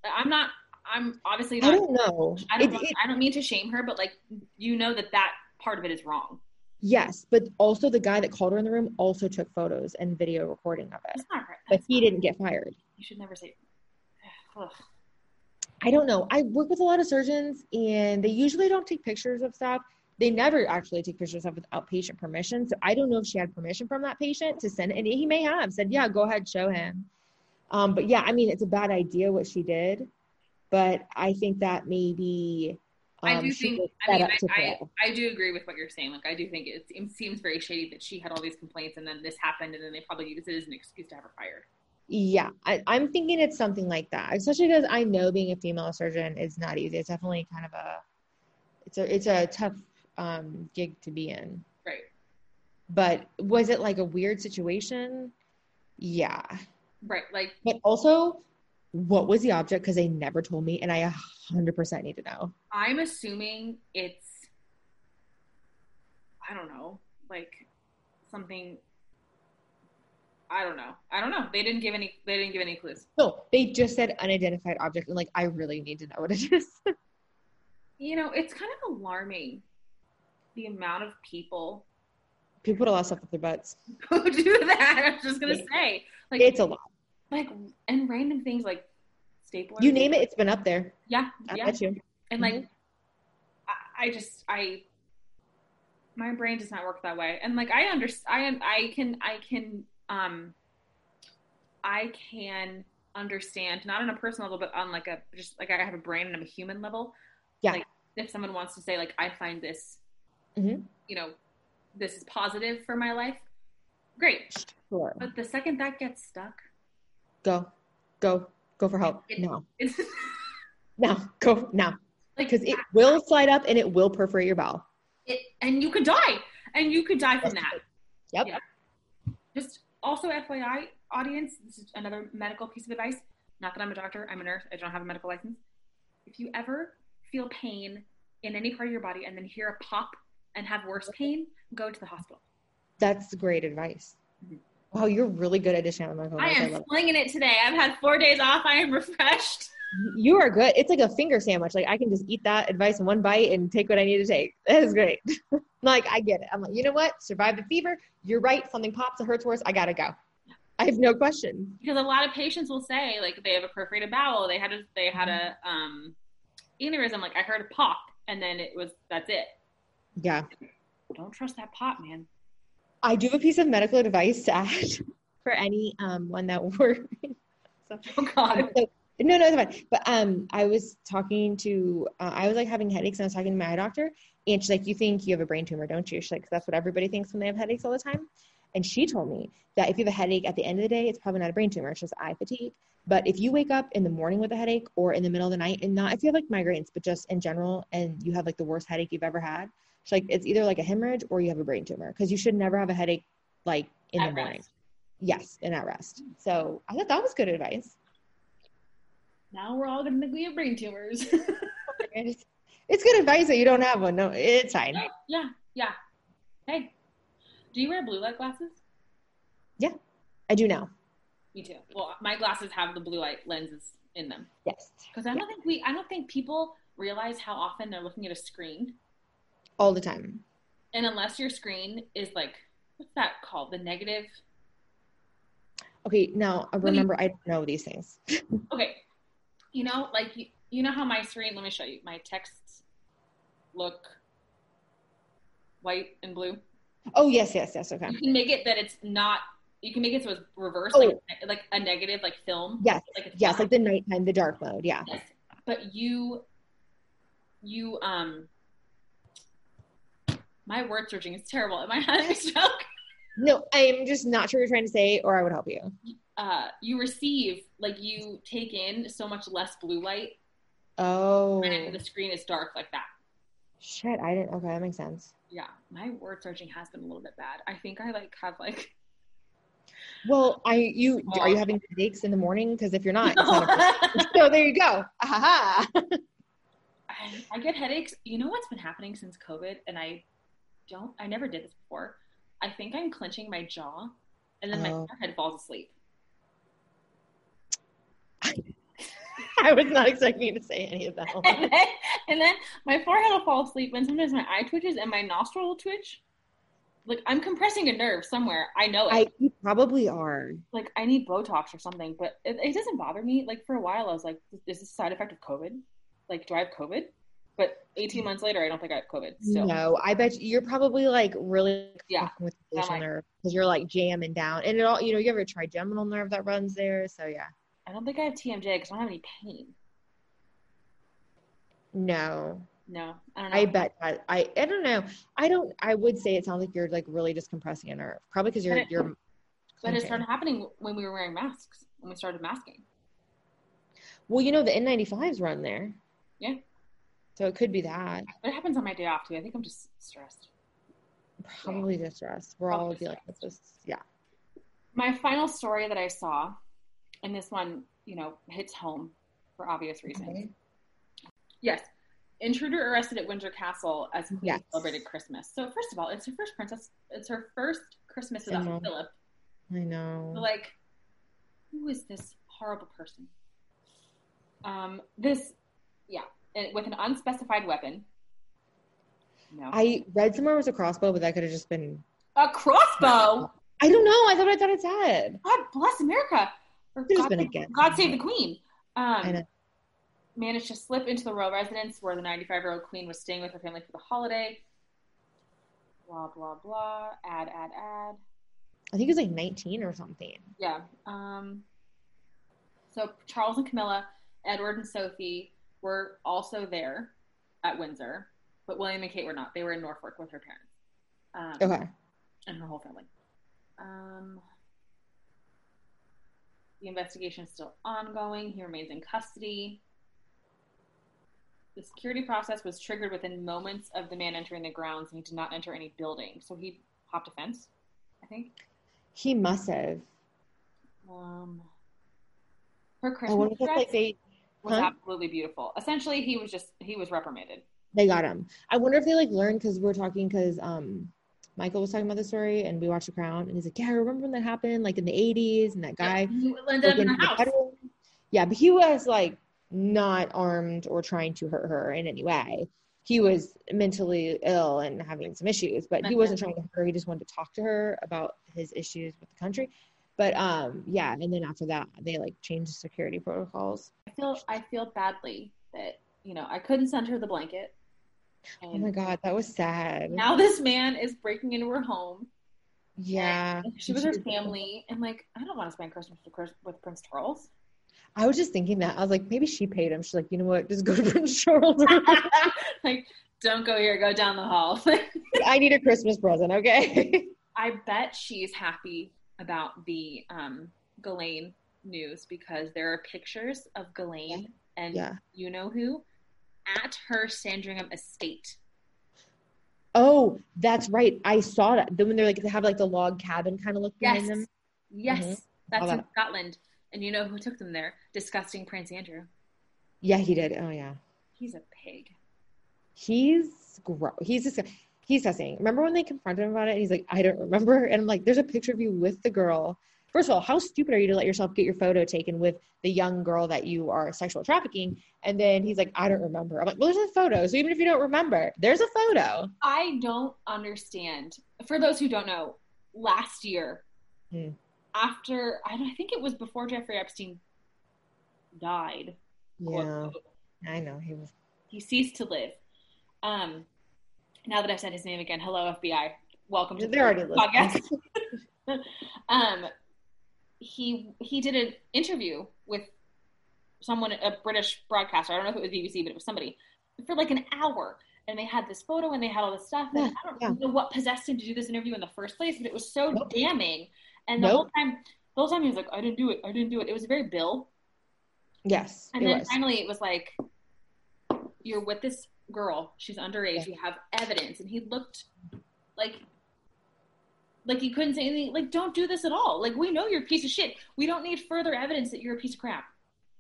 S1: I'm not. I'm obviously
S2: I
S1: not.
S2: don't know.
S1: I don't,
S2: It-
S1: want-
S2: it-
S1: I don't mean to shame her, but like you know that that part of it is wrong.
S2: yes, but also the guy that called her in the room also took photos and video recording of it.
S1: That's not right.
S2: But
S1: That's
S2: he
S1: not-
S2: didn't get fired.
S1: You should never say. Ugh.
S2: I don't know. I work with a lot of surgeons and they usually don't take pictures of stuff. They never actually take pictures of stuff without patient permission. So I don't know if she had permission from that patient to send it. And he may have said, yeah, go ahead, show him. Um, but yeah, I mean, it's a bad idea what she did, but I think that maybe um,
S1: I do
S2: she
S1: think.
S2: was
S1: I
S2: set
S1: mean,
S2: up to
S1: I,
S2: fail.
S1: I, I do agree with what you're saying. Like, I do think it, it seems very shady that she had all these complaints and then this happened, and then they probably used it as an excuse to have her fired.
S2: Yeah, I, I'm thinking it's something like that, especially because I know being a female surgeon is not easy. It's definitely kind of a, it's a, it's a tough um, gig to be in.
S1: Right.
S2: but was it like a weird situation? Yeah.
S1: Right. Like,
S2: But also, what was the object? Because they never told me, and I 100% need to know.
S1: I'm assuming it's. I don't know. Like, something. I don't know. I don't know. They didn't give any. They didn't give any clues.
S2: No, they just said unidentified object, and like, I really need to know what it is.
S1: You know, it's kind of alarming the amount of people
S2: People put a lot of stuff up their butts.
S1: who do that. I'm just gonna say, like,
S2: It's a lot.
S1: like, and random things like stapler.
S2: You name it, it's been up there.
S1: Yeah,
S2: I
S1: yeah.
S2: bet you.
S1: And
S2: Mm-hmm.
S1: like, I, I just, I, my brain does not work that way. And like, I understand. I am. I can. I can. Um. I can understand not on a personal level, but on like a just like I have a brain and I'm a human level.
S2: Yeah.
S1: Like, if someone wants to say like I find this,
S2: Mhm.
S1: you know, this is positive for my life. Great.
S2: Sure.
S1: But the second that gets stuck,
S2: Go, go, go for help.
S1: It-
S2: No,
S1: it's
S2: no, go now.
S1: like
S2: Because it will slide up and it will perforate your bowel.
S1: it, and you could die and you could die from
S2: Yes.
S1: that
S2: Yep.
S1: Yeah. just also fyi audience this is another medical piece of advice not that i'm a doctor i'm a nurse i don't have a medical license if you ever feel pain in any part of your body and then hear a pop and have worse pain go to the hospital
S2: That's great advice.
S1: Mhm.
S2: Wow, you're really good at dishing out my phone.
S1: i
S2: Oh, I
S1: am
S2: love
S1: slinging it today i've had four days off i am refreshed
S2: You are good. It's like a finger sandwich. Like I can just eat that advice in one bite and take what I need to take. That is great. like I get it. I'm like, you know what? Survive the fever. You're right. Something pops. It hurts worse. I gotta go. I have no question.
S1: because a lot of patients will say like they have a perforated bowel they had a they had a um aneurysm like i heard a pop and then it was that's it
S2: Yeah.
S1: don't trust that pop man
S2: I do have a piece of medical advice to add for any um one that were
S1: oh god
S2: So- no, no, it's fine. But um, I was talking to, uh, I was like having headaches, and I was talking to my eye doctor, and she's like, "You think you have a brain tumor, don't you?" She's like, 'Cause "That's what everybody thinks when they have headaches all the time." And she told me that if you have a headache at the end of the day, it's probably not a brain tumor; it's just eye fatigue. But if you wake up in the morning with a headache, or in the middle of the night, and not if you have like migraines, but just in general, and you have like the worst headache you've ever had, she's like, "It's either like a hemorrhage or you have a brain tumor," because you should never have a headache like in
S1: At
S2: the morning.
S1: rest.
S2: Yes, and at rest. So I thought that was good advice.
S1: now we're all gonna think we have brain tumors
S2: It's it's good advice that you don't have one. No, it's fine.
S1: yeah yeah hey do you wear blue light glasses
S2: I do now.
S1: me too well my glasses have the blue light lenses in them
S2: Yes.
S1: because i don't think we i don't think people realize how often they're looking at a screen
S2: All the time.
S1: and unless your screen is like what's that called the negative
S2: Okay, now uh,
S1: do you-
S2: remember, I don't know these things.
S1: okay you know like you, you know how my screen let me show you my texts look white and blue
S2: Oh, yes, yes, yes. Okay.
S1: you can make it that it's not you can make it so it's reverse
S2: Oh.
S1: like like a negative like film
S2: Yes,
S1: like it's
S2: yes,
S1: black.
S2: like the nighttime, the dark mode. Yeah.
S1: yes but you you um my word searching is terrible am i having a stroke
S2: No, I'm just not sure what you're trying to say, or I would help you.
S1: uh you receive like you take in so much less blue light
S2: Oh,
S1: when the screen is dark like that
S2: shit. I didn't. Okay, that makes sense.
S1: yeah my word searching has been a little bit bad i think i like have like
S2: Well, I you are you
S1: Oh.
S2: having headaches in the morning? Because if you're not, it's not a- so there you go. Aha.
S1: I And I get headaches. You know what's been happening since COVID? And I don't, I never did this before. I think I'm clenching my jaw and then
S2: Oh.
S1: my forehead falls asleep.
S2: I was not expecting you to say any of that.
S1: and, then, and then my forehead will fall asleep, and sometimes my eye twitches and my nostril will twitch. Like I'm compressing a nerve somewhere. I know it.
S2: I you probably are.
S1: like I need Botox or something, but it, it doesn't bother me. Like for a while, I was like, "Is this a side effect of COVID? Like, do I have COVID?" But 18 months later, I don't think I have COVID. Still,
S2: No, I bet you're probably like really
S1: Yeah.
S2: fucking with the
S1: I'm
S2: facial
S1: like-
S2: nerve because you're like jamming down, and it all you know you have a trigeminal nerve that runs there. So yeah,
S1: I don't think I have TMJ because I don't have any pain.
S2: no,
S1: No, I don't know.
S2: I bet that I I don't know. I don't. I would say it sounds like you're like really just compressing a nerve, probably because you're
S1: But it-
S2: you're.
S1: but it
S2: clenching.
S1: started happening when we were wearing masks when we started masking.
S2: Well, you know the N95s run there.
S1: Yeah.
S2: So it could be that.
S1: But it happens on my day off too. I think I'm just stressed.
S2: Probably just us. We're all
S1: Probably
S2: dealing with this. Yeah.
S1: my final story that I saw, and this one, you know, hits home for obvious reasons.
S2: Okay.
S1: Yes. Intruder arrested at Windsor Castle as Queen
S2: Yes.
S1: celebrated Christmas. So first of all, it's her first princess. It's her first Christmas without
S2: I know.
S1: Philip.
S2: I know.
S1: Like, who is this horrible person? Um, this, yeah, and with an unspecified weapon. No,
S2: I read somewhere it was a crossbow, but that could have just been.
S1: a crossbow.
S2: I don't know. I thought I thought it said.
S1: God bless America. Or
S2: There's
S1: God,
S2: been a
S1: save-
S2: guess.
S1: God save the Queen.
S2: I
S1: Um,
S2: know.
S1: managed to slip into the royal residence where the 95 year old Queen was staying with her family for the holiday. Blah, blah, blah. Add, add, add.
S2: I think it was like 19 or something.
S1: Yeah. Um, so Charles and Camilla, Edward and Sophie were also there at Windsor, but William and Kate were not. They were in Norfolk with her parents. Um,
S2: Okay.
S1: and her whole family. Um, the investigation is still ongoing. He remains in custody. The security process was triggered within moments of the man entering the grounds, and he did not enter any building. So he hopped a fence, I think.
S2: He must have.
S1: Um, her
S2: I
S1: Christmas
S2: wonder Oh, if
S1: dress
S2: that's like they
S1: was
S2: huh?
S1: absolutely beautiful. Essentially, he was just he was reprimanded.
S2: they got him. I wonder if they like learned because we're talking because um Michael was talking about the story and we watched The Crown and he's like, yeah, I remember when that happened like in the 80s and that guy.
S1: He ended up in
S2: broke
S1: the
S2: into the
S1: house.
S2: bedroom. Yeah, but he was like not armed or trying to hurt her in any way. He was mentally ill and having some issues, but he wasn't trying to hurt her. He just wanted to talk to her about his issues with the country. But um, yeah, and then after that, they like changed the security protocols.
S1: I feel I feel badly that you know I couldn't send her the blanket.
S2: Oh my
S1: And-
S2: god, that was sad.
S1: now this man is breaking into her home.
S2: Yeah,
S1: She was her family, and like I don't want to spend Christmas with, Chris- with Prince Charles.
S2: I was just thinking that I was like, maybe she paid him. She's like, you know what? Just go to Prince Charles.
S1: like, don't go here, go down the hall.
S2: I need a Christmas present, okay?
S1: I bet she's happy about the um, Ghislaine news because there are pictures of Ghislaine and
S2: yeah.
S1: you know who at her Sandringham estate.
S2: Oh, that's right. I saw that. Then when they're like they have like the log cabin kind of look behind
S1: Yes,
S2: them.
S1: yes,
S2: Mhm.
S1: that's
S2: Saw
S1: in
S2: that.
S1: Scotland, and you know who took them there? Disgusting Prince Andrew.
S2: Yeah, he did. Oh yeah.
S1: He's a pig.
S2: He's gross. He's just he's disgusting. Remember when they confronted him about it and he's like, I don't remember. And I'm like, there's a picture of you with the girl. First of all, how stupid are you to let yourself get your photo taken with the young girl that you are sexual trafficking? And then he's like, I don't remember. I'm like, well, there's a photo. So even if you don't remember, there's a photo.
S1: I don't understand. For those who don't know, last year,
S2: Hmm.
S1: after I, don't- I think it was before Jeffrey Epstein died, quote,
S2: Yeah,
S1: unquote,
S2: I know. He was
S1: he ceased to live. Um, now that I've said his name again, hello FBI, welcome to the
S2: they're already
S1: podcast.
S2: listening.
S1: Um, he he did an interview with someone, a British broadcaster. I don't know if it was BBC, but it was somebody for like an hour. And they had this photo and they had all this stuff. And
S2: Yeah,
S1: I don't
S2: yeah.
S1: know what possessed him to do this interview in the first place, but it was so
S2: Nope.
S1: damning. And the
S2: Nope.
S1: whole time, the whole time he was like, "I didn't do it. I didn't do it." It was very Bill.
S2: Yes,
S1: And
S2: it
S1: then
S2: was.
S1: finally, it was like, "You're with this girl. She's underage. You have evidence." And he looked like, like he couldn't say anything. Like, don't do this at all. Like, we know you're a piece of shit. We don't need further evidence that you're a piece of crap.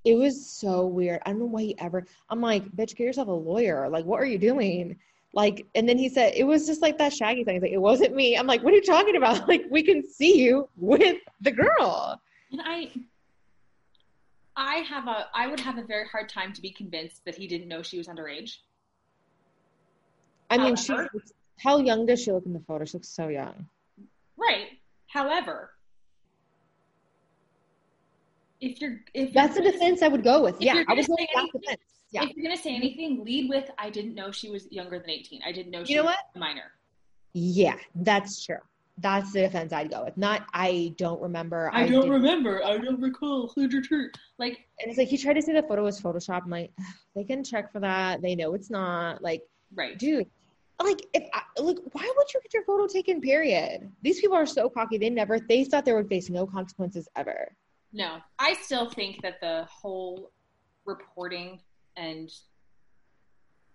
S2: It was so weird. I don't know why he ever. I'm like, bitch, get yourself a lawyer. Like, what are you doing? Like, and then he said it was just like that Shaggy thing. He's like, it wasn't me. I'm like, what are you talking about? Like, we can see you with the girl.
S1: And I, I have a, I would have a very hard time to be convinced that he didn't know she was underage.
S2: I mean, she.
S1: However-
S2: How young does she look in the photo? She looks so young.
S1: Right. However, if you're, if
S2: That's the
S1: you're,
S2: defense I would go with.
S1: If
S2: Yeah,
S1: you're
S2: I was
S1: gonna say
S2: going with that
S1: anything-
S2: defense. Yeah.
S1: If you're gonna say anything, lead with "I didn't know she was younger than 18. I didn't know she
S2: know
S1: was
S2: what?
S1: a minor."
S2: Yeah, that's true. That's the defense I'd go with. Not I don't remember.
S1: I, don't
S2: didn't-
S1: remember. I don't recall. Who drew true? Like,
S2: And it's like he tried to say the photo was Photoshop. I'm like, "Ugh, they can check for that. They know it's not. Like,
S1: right?
S2: dude, like if I, like why would you get your photo taken? Period. These people are so cocky. They never. They thought they would face no consequences ever.
S1: No, I still think that the whole reporting and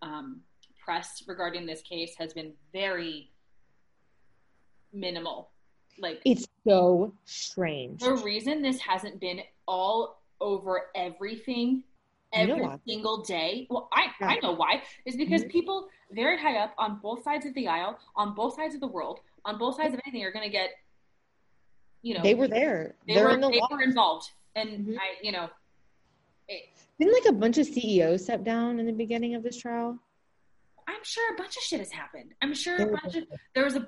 S1: um, press regarding this case has been very minimal. Like,
S2: It's so strange.
S1: the reason this hasn't been all over everything
S2: You know
S1: every
S2: why.
S1: single day well i i
S2: Yeah.
S1: know why is because
S2: Mhm.
S1: people very high up on both sides of the aisle on both sides of the world on both sides of anything are going to get you know
S2: They were there.
S1: they
S2: They're
S1: were,
S2: in the
S1: they
S2: law.
S1: were involved and
S2: Mhm.
S1: i you know
S2: Didn't like a bunch of CEOs step down in the beginning of this trial?
S1: i'm sure a bunch of shit has happened i'm sure
S2: They
S1: a
S2: were
S1: bunch of there was a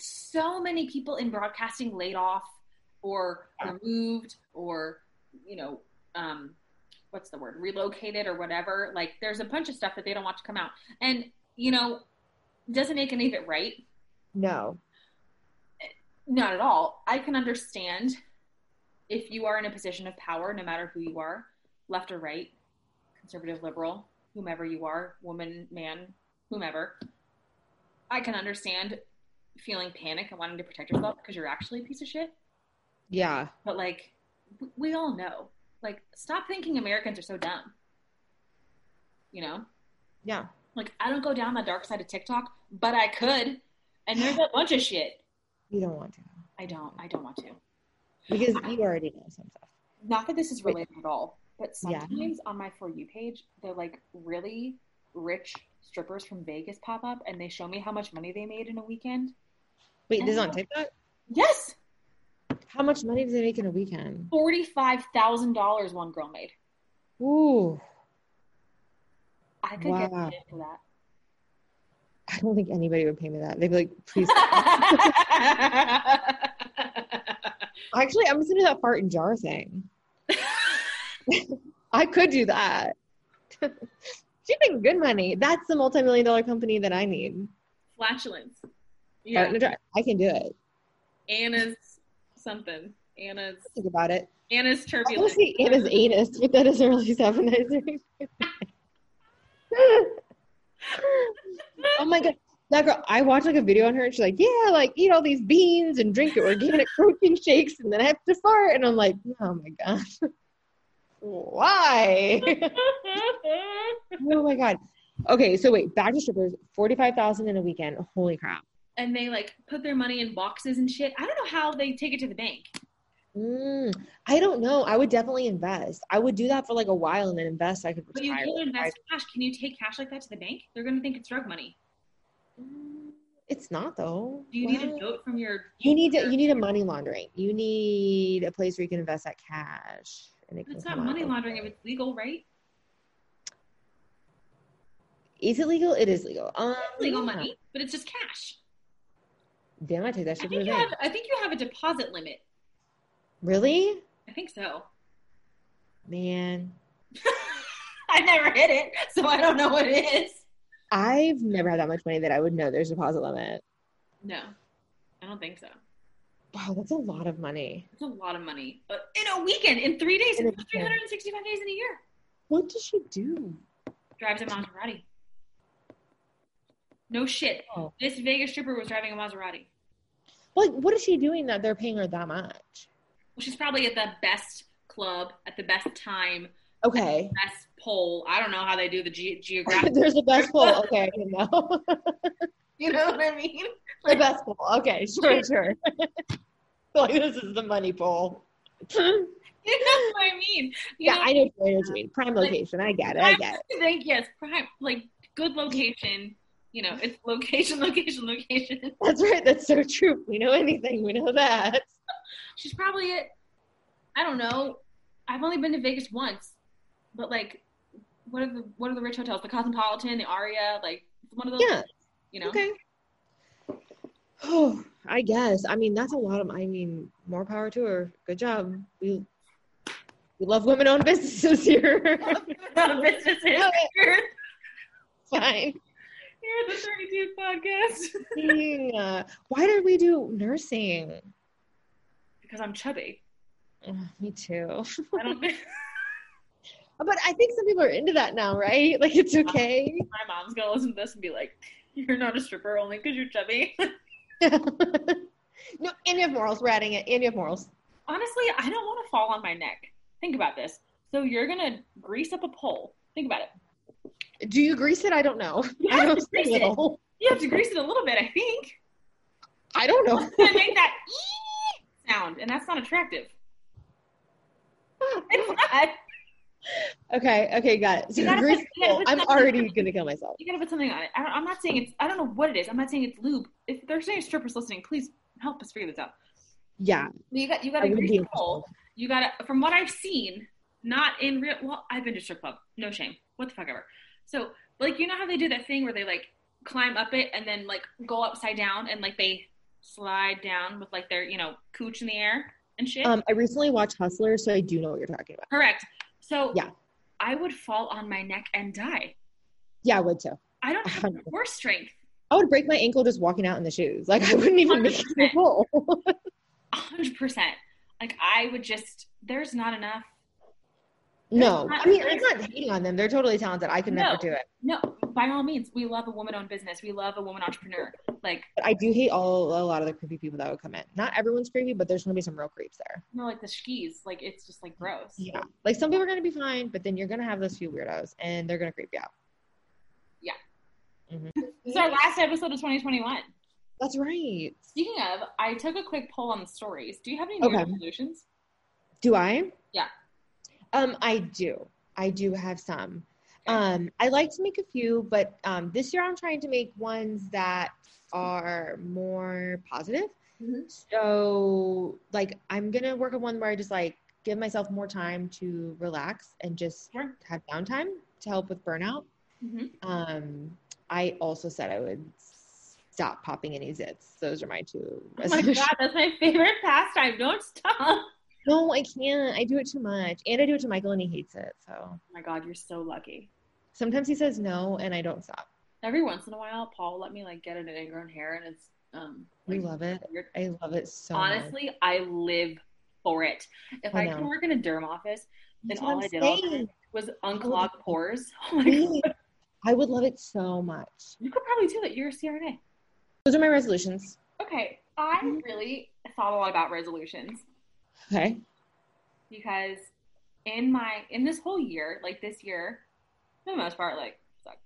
S1: so many people in broadcasting laid off or removed or you know um what's the word relocated or whatever like there's a bunch of stuff that they don't want to come out and you know doesn't make any of it right
S2: No.
S1: not at all i can understand if you are in a position of power no matter who you are left or right conservative liberal whomever you are woman man whomever i can understand feeling panic and wanting to protect yourself because you're actually a piece of shit
S2: Yeah.
S1: but like w- we all know like stop thinking americans are so dumb you know
S2: Yeah.
S1: like i don't go down the dark side of tiktok but i could and there's a bunch of shit
S2: You don't want to.
S1: i don't i don't want to
S2: Because you already know some stuff.
S1: not that this is
S2: Wait.
S1: related at all but
S2: Yeah.
S1: sometimes on my for you page the like really rich strippers from vegas pop up and they show me how much money they made in a weekend
S2: Wait, this is on
S1: Oh.
S2: TikTok?
S1: yes
S2: How much money do they make in a weekend?
S1: $45000 one girl made
S2: Ooh.
S1: i could
S2: Wow.
S1: get paid for that
S2: I don't think anybody would pay me that. They'd be like, please. Actually, I'm just gonna do that fart and jar thing. I could do that. she makes good money. That's the multi-million dollar company that I need.
S1: Flatulence.
S2: Fart and a jar. I can do it.
S1: Anna's something. Anna's
S2: Think about it.
S1: Anna's
S2: I want to say Anna's anus, but that doesn't really sound appetizing. oh my god. That girl, I watched like a video on her and she's like, Yeah, like eat all these beans and drink your organic protein shakes and then I have to fart. And I'm like, Oh my gosh. Why? oh my god. Okay, so wait, back to strippers, forty five thousand in a weekend. Holy crap.
S1: and they like put their money in boxes and shit. I don't know how they take it to the bank.
S2: Mm, I don't know. I would definitely invest. I would do that for like a while and then invest. so I could
S1: But you
S2: retire.
S1: can
S2: with.
S1: invest cash. Can you take cash like that to the bank? They're gonna think it's drug money.
S2: Mm, It's not though.
S1: Do you need a
S2: What?
S1: note from your
S2: You need to, you need a money laundering. You need a place where you can invest that cash. And it
S1: But it's
S2: can
S1: not
S2: come out.
S1: money laundering if it's legal, right?
S2: Is it legal? It is legal. Um,
S1: It's legal
S2: yeah.
S1: money, but it's just cash.
S2: Damn, I take that
S1: I
S2: shit to the
S1: think you
S2: bank.
S1: have I think you have a deposit limit.
S2: Really,
S1: I think so.
S2: man.
S1: I never hit it, so I don't know what it is.
S2: I've never had that much money that I would know there's a deposit limit.
S1: No. I don't think so.
S2: Wow, that's a lot of money.
S1: It's a lot of money. But in a weekend, in three days,
S2: In a
S1: three hundred and sixty five days in a year.
S2: What does she do?
S1: Drives a Maserati. No shit.
S2: Oh.
S1: This Vegas stripper was driving a Maserati.
S2: Like, what is she doing that they're paying her that much?
S1: Well, she's probably at the best club, at the best time,
S2: Okay,
S1: best pole. I don't know how they do the ge- geographic.
S2: there's the best pool. Okay, I didn't know
S1: you know what I mean?
S2: the best pool. Okay, sure, sure. like this is the money pool.
S1: you know what I mean? You
S2: yeah,
S1: know,
S2: I know what you mean. Prime
S1: Like-
S2: location. I get it. I get it.
S1: Like, yes, prime, like good location. You know, it's location, location, location.
S2: That's right. That's so true. We know anything. We know that.
S1: She's probably at, I don't know. I've only been to Vegas once, but like, what are the what are the rich hotels? The Cosmopolitan, the Aria, like one of those.
S2: Yeah.
S1: You know.
S2: Okay. Oh, I guess. I mean, that's a lot of. I mean, more power to her. Good job. We we love women-owned businesses here.
S1: Businesses.
S2: No, it-
S1: You're,
S2: Fine.
S1: you're the 32 podcast.
S2: Yeah. Why did we do nursing?
S1: Because I'm chubby.
S2: Ugh, me too.
S1: I don't. my
S2: But I think some people are into that now, right? Like it's okay.
S1: mom's gonna listen to this and be like, "You're not a stripper only because you're chubby."
S2: no, and you have morals. We're adding it. And you have morals.
S1: honestly, I don't want to fall on my neck. Think about this. So you're gonna grease up a pole. Think about it.
S2: Do you grease it? I don't know.
S1: You
S2: I
S1: have
S2: know
S1: to
S2: so
S1: grease it.
S2: little.
S1: You have to grease it a little bit, I think.
S2: I don't know.
S1: It's gonna make that ee sound, and that's not attractive. It's not.
S2: Okay, okay, got it. So
S1: You gotta
S2: grease
S1: put-
S2: the pole.
S1: you gotta put
S2: I'm
S1: something-
S2: already gonna kill myself.
S1: You gotta put something on it. I don't, I'm not saying it's. I don't know what it is. I'm not saying it's lube. If there's any strippers listening, please help us figure this out.
S2: Yeah,
S1: You got. You
S2: I
S1: gotta
S2: would
S1: grease
S2: be.
S1: the pole. You gotta. From what I've seen, not in real. Well, I've been to strip club. No shame. What the fuck ever. So, like, you know how they do that thing where they like climb up it and then like go upside down and like they slide down with like their you know cooch in the air and shit.
S2: Um, I recently watched Hustler, so I do know what you're talking about.
S1: Correct. So
S2: Yeah.
S1: I would fall on my neck and die.
S2: Yeah, I would too.
S1: I don't
S2: A
S1: have
S2: hundred.
S1: horse strength.
S2: I would break my ankle just walking out in the shoes. Like I wouldn't even make it to the pole.
S1: A hundred percent. Like I would just there's not enough.
S2: no, I mean I'm not hating on them. They're totally talented. I could never
S1: No.
S2: do it.
S1: No, by all means, we love a woman owned business. We love a woman entrepreneur. Like
S2: But I do hate all a lot of the creepy people that would come in. Not everyone's creepy, but there's gonna be some real creeps there.
S1: you know, like the skis. Like it's just like gross.
S2: Yeah, like some people are gonna be fine, but then you're gonna have those few weirdos, and they're gonna creep you out.
S1: Yeah.
S2: Mhm.
S1: This is our last episode of twenty twenty one.
S2: That's right.
S1: Speaking of, I took a quick poll on the stories. Do you have any new
S2: Okay.
S1: resolutions?
S2: Do I?
S1: Yeah.
S2: Um, I do. I do have some.
S1: Okay.
S2: Um, I like to make a few, but um, this year I'm trying to make ones that are more positive.
S1: Mhm.
S2: So, like, I'm gonna work on one where I just like give myself more time to relax and just
S1: Sure.
S2: have downtime to help with burnout.
S1: hmm
S2: Um, I also said I would stop popping any zits. Those are my two.
S1: Oh my god, that's my favorite pastime. Don't stop. Oh
S2: No, I can't. I do it too much, and I do it to Michael, and he hates it. So
S1: my god, you're so lucky.
S2: sometimes he says no, and I don't stop.
S1: every once in a while paul will let me like get an ingrown hair and it's um
S2: We
S1: like,
S2: love it.
S1: weird.
S2: I love it so much.
S1: honestly i live for it if
S2: I
S1: i,
S2: know.
S1: can work in a derm office
S2: That's
S1: then
S2: what
S1: all
S2: I'm
S1: i did all
S2: saying.
S1: day was unclog pores oh my God.
S2: Really. I would love it so much.
S1: you could probably do that you're a crna
S2: Those are my resolutions.
S1: okay
S2: Mm-hmm.
S1: i really thought a lot about resolutions
S2: Okay.
S1: because in my in this whole year, like this year, for the most part, like sucked.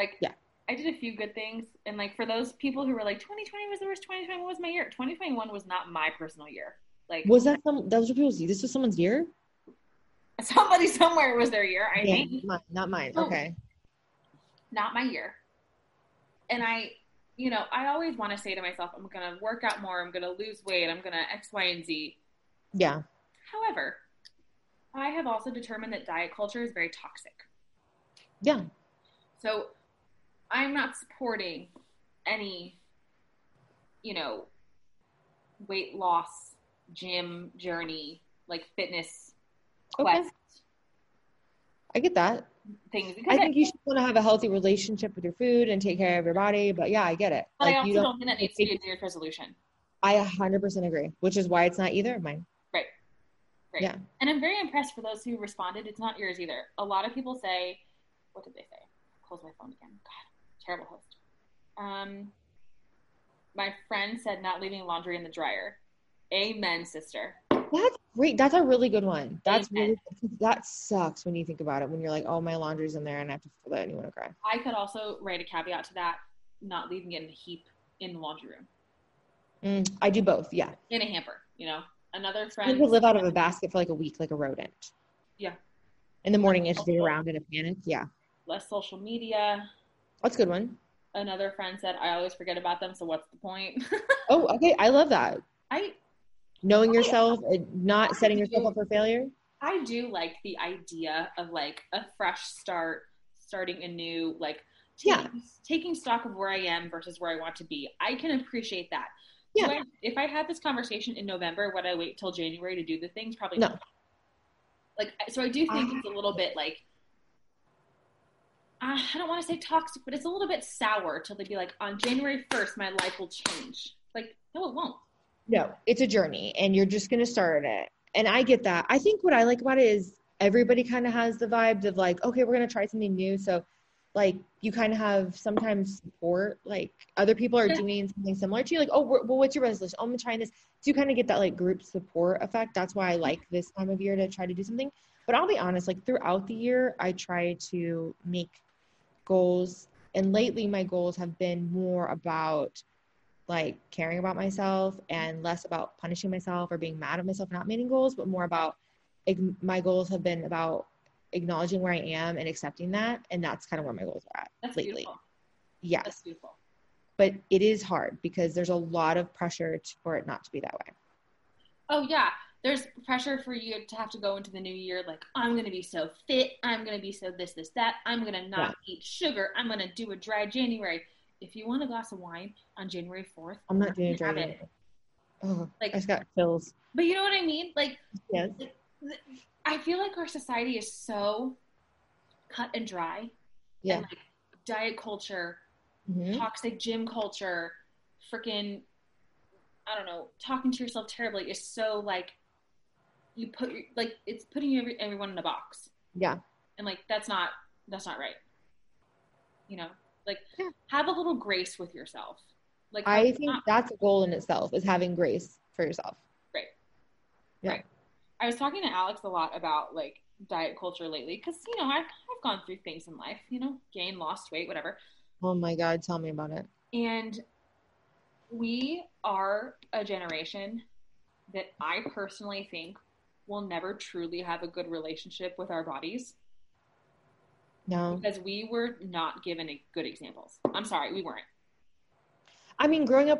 S1: Like
S2: Yeah.
S1: I did a few good things, and like for those people who were like, 2020 was the worst, 2021 was my year. 2021 was not my personal year. Like
S2: Was that some? Those were people's. This was someone's year.
S1: somebody somewhere was their year. I
S2: Yeah,
S1: think
S2: mine, not mine.
S1: Oh.
S2: Okay.
S1: not my year. And I, you know, I always want to say to myself, I'm gonna work out more. I'm gonna lose weight. I'm gonna X, Y, and Z.
S2: Yeah.
S1: However, I have also determined that diet culture is very toxic.
S2: Yeah.
S1: So I'm not supporting any, you know, weight loss, gym journey, like fitness
S2: Okay.
S1: quest
S2: I get that.
S1: things. Because
S2: I think you should want to have a healthy relationship with your food and take care of your body. But yeah, I get it.
S1: but I
S2: Like
S1: also
S2: you
S1: don't,
S2: don't.
S1: think that needs to be a New Year's resolution.
S2: I 100% agree, which is why it's not either of mine.
S1: And I'm very impressed for those who responded. It's not yours either. A lot of people say, what did they say? Close my phone again. God, terrible host. Um, my friend said not leaving laundry in the dryer. Amen, sister.
S2: That's great. That's a really good one. That's
S1: Amen.
S2: really that sucks when you think about it. When you're like, oh, my laundry's in there, and I have to fold it, and you want to cry.
S1: I could also write a caveat to that, not leaving it in a heap in the laundry room,
S2: Mm, I do both. Yeah,
S1: in a hamper, you know? Another friend.
S2: People live out of a basket for like a week, like a rodent.
S1: Yeah.
S2: In the morning, it's be around in a panic. Yeah,
S1: Less social media.
S2: that's a good one.
S1: Another friend said, I always forget about them, so what's the point?
S2: Oh, okay, I love that.
S1: I
S2: Knowing
S1: I-
S2: yourself, and not setting yourself up for failure.
S1: I do like the idea of like a fresh start, starting anew, like
S2: Yeah.
S1: taking, taking stock of where I am versus where I want to be. I can appreciate that. Do
S2: Yeah.
S1: I- if I had this conversation in November, would I wait till January to do the things? Probably
S2: No.
S1: not. Like, I- so I do think it's a little bit like, uh, I don't want to say toxic, but it's a little bit sour till they be like, on January 1st, my life will change. Like, no, it won't.
S2: No, it's a journey and you're just going to start it. And I get that. I think what I like about it is everybody kind of has the vibes of like, okay, we're going to try something new. So, like, you kind of have sometimes support. Like, other people are
S1: Yeah.
S2: doing something similar to you. Like, oh, we're, well, what's your resolution? Oh, I'm trying this. So, you kind of get that like group support effect. That's why I like this time of year to try to do something. But I'll be honest, like, throughout the year, I try to make goals. And lately, my goals have been more about like caring about myself and less about punishing myself or being mad at myself for not meeting goals, but more about ig- my goals have been about acknowledging where I am and accepting that. And that's kind of where my goals are at
S1: That's
S2: lately.
S1: beautiful. That's
S2: Yes.
S1: beautiful.
S2: But it is hard because there's a lot of pressure to, for it not to be that way.
S1: Oh yeah, there's pressure for you to have to go into the new year like I'm gonna be so fit, I'm gonna be so this, this, that, I'm gonna not eat sugar, I'm gonna do a dry January. If you want a glass of wine on January fourth,
S2: I'm not doing a
S1: Have
S2: dry
S1: it.
S2: Oh,
S1: Like-
S2: I just got chills.
S1: but you know what I mean? Like
S2: Yes.
S1: I feel like our society is so cut and dry.
S2: Yeah.
S1: And, like, diet culture,
S2: Mhm.
S1: toxic gym culture, freaking I don't know, talking to yourself terribly is so like you put your- like it's putting every, everyone in a box.
S2: Yeah.
S1: and like that's not that's not right you know like
S2: Yeah.
S1: have a little grace with yourself like
S2: I
S1: that's
S2: think
S1: not
S2: that's a goal in itself is having grace for yourself.
S1: i was talking to alex a lot about like diet culture lately because you know I've, I've gone through things in life you know gain lost weight whatever
S2: Oh my God, tell me about it.
S1: and we are a generation that i personally think will never truly have a good relationship with our bodies
S2: No.
S1: because we were not given a good examples i'm sorry we weren't
S2: I mean, growing up,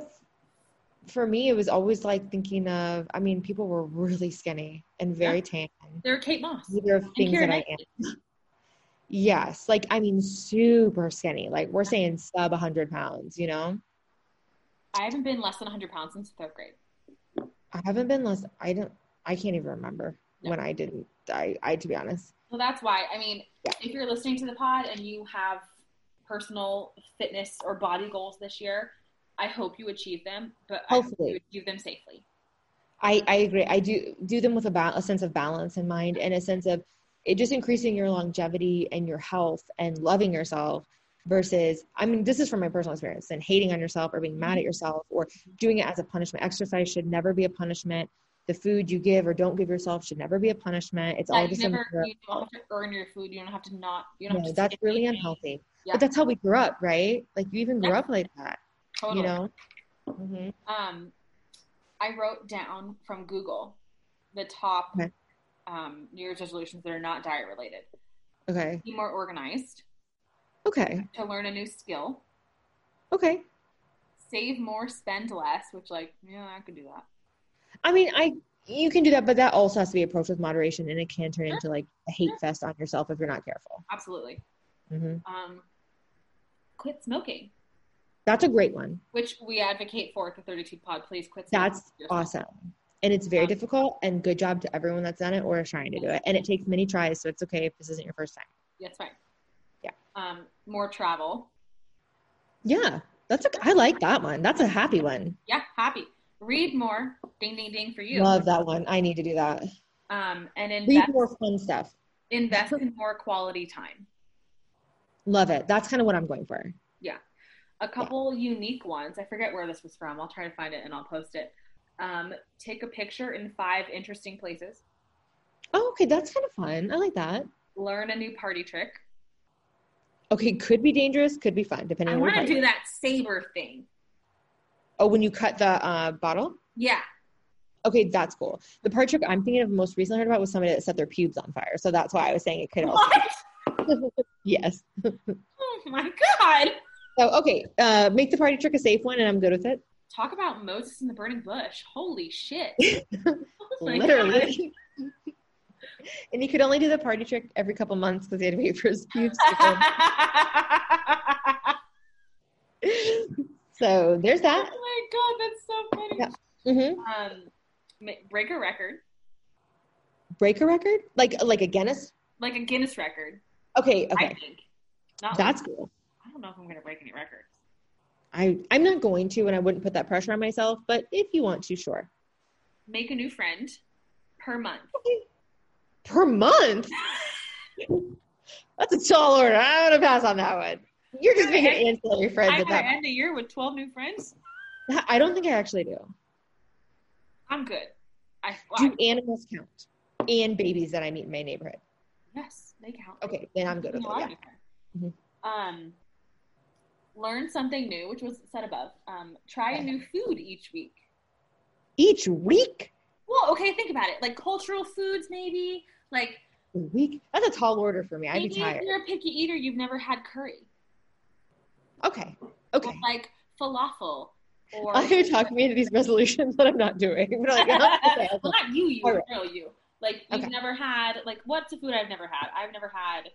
S2: for me, it was always like thinking of. I mean, people were really skinny and very tan.
S1: they're kate moss
S2: These are
S1: and
S2: things that
S1: Keira
S2: I
S1: Knightley.
S2: am. Yes, like I mean, super skinny. Like we're saying sub 100 pounds. You know,
S1: I haven't been less than 100 pounds since third grade.
S2: I haven't been less. I don't. I can't even remember
S1: No.
S2: when I didn't. I. I to be honest.
S1: So that's why, I mean,
S2: Yeah.
S1: if you're listening to the pod and you have personal fitness or body goals this year, I hope you achieve them, but I
S2: Hopefully.
S1: hope you achieve them safely.
S2: I. I agree. I do do them with a, ba- a sense of balance in mind and a sense of it just increasing your longevity and your health and loving yourself versus i mean this is from my personal experience and hating on yourself or being
S1: Mm-hmm.
S2: mad at yourself or doing it as a punishment exercise should never be a punishment the food you give or don't give yourself should never be a punishment it's all
S1: Like,
S2: just
S1: you,
S2: a
S1: never,
S2: matter
S1: you don't have to earn your food. You don't have to not, you
S2: of,
S1: don't have
S2: you know,
S1: to.
S2: that's
S1: skip
S2: really
S1: anything.
S2: unhealthy
S1: Yeah.
S2: but that's how we grew up right like you even grew up like that
S1: Totally.
S2: you know hmm
S1: um, I wrote down from Google the top
S2: Okay.
S1: um, New Year's resolutions that are not diet related.
S2: okay
S1: Be more organized,
S2: okay
S1: to learn a new skill,
S2: okay
S1: save more, spend less, which like, yeah, I could do that.
S2: i mean i you can do that but that also has to be approached with moderation and it can turn into like a hate fest on yourself if you're not careful
S1: Absolutely.
S2: hmm
S1: Um, quit smoking,
S2: that's a great one
S1: which we advocate for at the 32 Pod. Please quit smoking.
S2: That's awesome. And it's very difficult and good job to everyone that's done it or is trying to do it. And it takes many tries, so it's okay if this isn't your first time.
S1: That's fine.
S2: Yeah.
S1: Um, more travel.
S2: Yeah. That's a I like that one. That's a happy one.
S1: Yeah, happy. Read more. Ding, ding, ding for you.
S2: Love that one. I need to do that.
S1: Um, and
S2: Read
S1: invest,
S2: more fun stuff.
S1: invest in more quality time.
S2: Love it. That's kind of what I'm going for.
S1: A couple unique ones. I forget where this was from. I'll try to find it and I'll post it. Um, take a picture in five interesting places.
S2: Oh, okay. That's kind of fun. I like that.
S1: Learn a new party trick.
S2: Okay, could be dangerous, could be fun, depending
S1: I
S2: on what
S1: want
S2: you're
S1: to do that saber thing.
S2: Oh, when you cut the uh, bottle?
S1: Yeah.
S2: Okay, that's cool. The part trick I'm thinking of most recently heard about was somebody that set their pubes on fire. So that's why I was saying it could also.
S1: What?
S2: Yes.
S1: Oh my god!
S2: So, okay, uh, make the party trick a safe one, and I'm good with it.
S1: Talk about Moses and the burning bush. Holy shit! Oh my God.
S2: Literally. and you could only do the party trick every couple months because they had to wait for his pubes to come. so there's
S1: oh
S2: that.
S1: my god, that's so funny.
S2: Yeah. hmm
S1: Um, ma- break a record,
S2: Break a record, like like a Guinness.
S1: like a Guinness record.
S2: Okay,
S1: I
S2: okay,
S1: think. Not
S2: that's cool.
S1: I don't know if I'm gonna break any records.
S2: I I'm not going to, and I wouldn't put that pressure on myself. But if you want to, sure.
S1: Make a new friend per month.
S2: Per month. That's a tall order. I'm gonna pass on that one. You're just making
S1: Okay.
S2: ancillary friends
S1: I'm
S2: at
S1: gonna
S2: that.
S1: end the year with 12 new friends.
S2: point. I don't think I actually do.
S1: I'm good. I, well,
S2: Do animals count? And babies that I meet in my neighborhood.
S1: I- yes, they count.
S2: Okay, then I'm good with it.
S1: No, I
S2: Yeah. Mm-hmm.
S1: don't care. Um, learn something new, which was said above. Um, try a new food each week.
S2: Each week?
S1: Well, okay, think about it. Like cultural foods, maybe. Like
S2: A week? That's a tall order for me. I'd
S1: maybe
S2: be tired.
S1: if you're a picky eater, you've never had curry.
S2: Okay. Okay.
S1: Or, like falafel. Or
S2: I hear talking me into these resolutions that I'm not doing. But like, okay, okay.
S1: well, not you, you,
S2: All right.
S1: no, you. Like you've
S2: Okay.
S1: never had. Like what's a food I've never had? I've never had.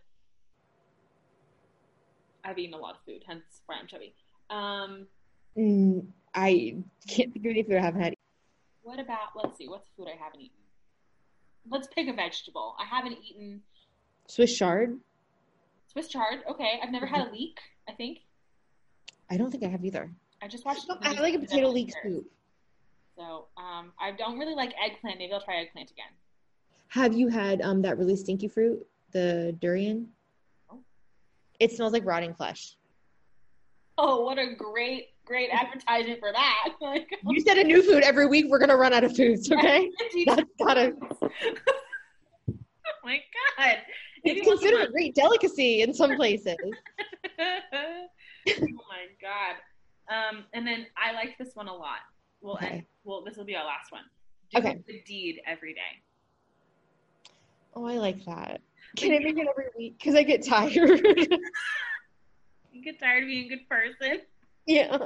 S1: I've eaten a lot of food, hence why I'm chubby. Um,
S2: Mm, I can't think of any food I haven't had.
S1: What about let's see, what's food I haven't eaten? Let's pick a vegetable. I haven't eaten
S2: Swiss chard?
S1: Swiss chard. Okay, I've never
S2: Mm-hmm.
S1: had a leek. I think
S2: I don't think I have either.
S1: I just watched.
S2: I have like a potato leek soup.
S1: So um, I don't really like eggplant. Maybe I'll try eggplant again.
S2: Have you had um that really stinky fruit, the durian?
S1: No.
S2: It smells like rotting flesh.
S1: Oh, what a great, great advertisement for that! Like,
S2: You said a new food every week. We're gonna run out of foods, okay? That's gotta.
S1: oh my god!
S2: It's
S1: Anyone who
S2: considered a great delicacy in some places.
S1: oh my god. Um, and then I like this one a lot. We'll
S2: Okay.
S1: end. Well, this will be our last one. Do
S2: Okay.
S1: the deed every day.
S2: Oh, I like that. Can I make it every week? Because I get tired.
S1: You get tired of being a good person.
S2: yeah.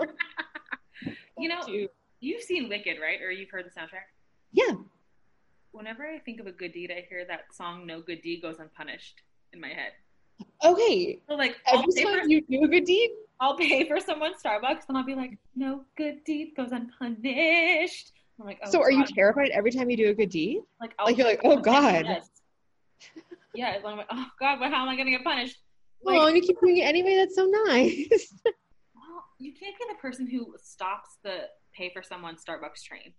S1: You know,
S2: Dude.
S1: you've seen Wicked, right? Or you've heard the soundtrack.
S2: Yeah.
S1: Whenever I think of a good deed, I hear that song "No Good Deed Goes Unpunished" in my head.
S2: Okay.
S1: So like, I'll
S2: Every
S1: pay, for,
S2: time you do a good deed,
S1: I'll pay for someone's Starbucks, and I'll be like, "No good deed goes unpunished." I'm like, oh,
S2: so are you
S1: God.
S2: terrified every time you do a good deed?
S1: Like,
S2: Like, you're like,
S1: I'll-
S2: oh, God.
S1: Yes. Yeah, I'm like, oh God, but how am I gonna get punished? Like,
S2: oh, and you keep doing it anyway. That's so nice.
S1: well, you can't be the person who stops the pay for someone's Starbucks train.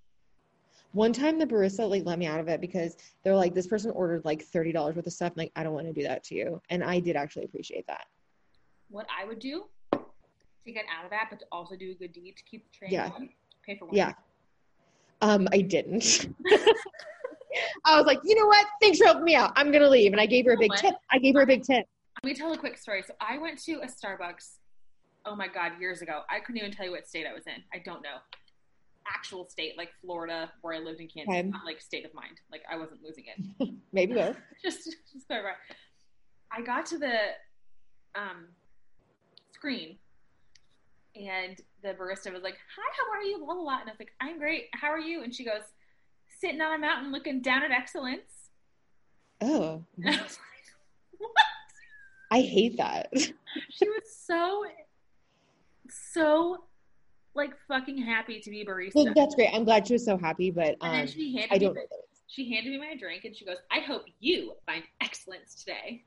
S2: One time the barista like let me out of it because they're like, this person ordered like thirty dollars worth of stuff. And, like, I don't want to do that to you. And I did actually appreciate that.
S1: What I would do to get out of that, but to also do a good deed to keep the train
S2: Yeah.
S1: going, pay for one.
S2: Yeah. Um, I didn't. I was like, you know what? Thanks for helping me out. I'm gonna leave. And I gave her a
S1: You know
S2: big
S1: what?
S2: tip. I gave her a big tip.
S1: Let me tell a quick story. So I went to a Starbucks. Oh my God, years ago. I couldn't even tell you what state I was in. I don't know. Actual state, like Florida, where I lived in Kansas,
S2: Okay.
S1: not like state of mind. Like I wasn't losing it.
S2: Maybe both.
S1: just just clarify. I got to the um, screen, and the barista was like, "Hi, how are you?" Blah blah blah, and I was like, "I'm great. How are you?" And she goes, "Sitting on a mountain, looking down at excellence."
S2: Oh.
S1: And I was like, "What?"
S2: I hate that.
S1: She was so, so, like fucking happy to be a barista.
S2: Well, that's great. I'm glad she was so happy, but
S1: and then
S2: um,
S1: she handed
S2: I don't
S1: me.
S2: know. that-
S1: She handed me my drink, and she goes, "I hope you find excellence today."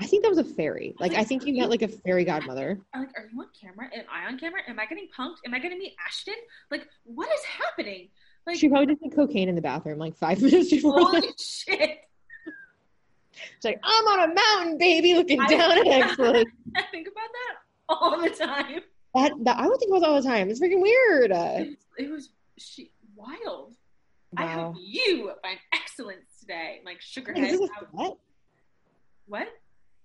S2: I think that was a fairy. Like, I think you met like a fairy godmother.
S1: I'm like, are you on camera? Am I on camera? Am I getting punked? Am I going to meet Ashton? Like, what is happening? Like,
S2: She probably just did cocaine in the bathroom like five minutes before.
S1: holy shit.
S2: She's like, I'm on a mountain, baby, looking
S1: I-
S2: down at excellence.
S1: I think about that all the time.
S2: That, that I would think about that all the time. It's freaking weird. Uh,
S1: It was, it was she, wild. I hope
S2: wow.
S1: you find excellence today. Like,
S2: Is
S1: Sugarhead.
S2: this
S1: I-
S2: a threat?
S1: What?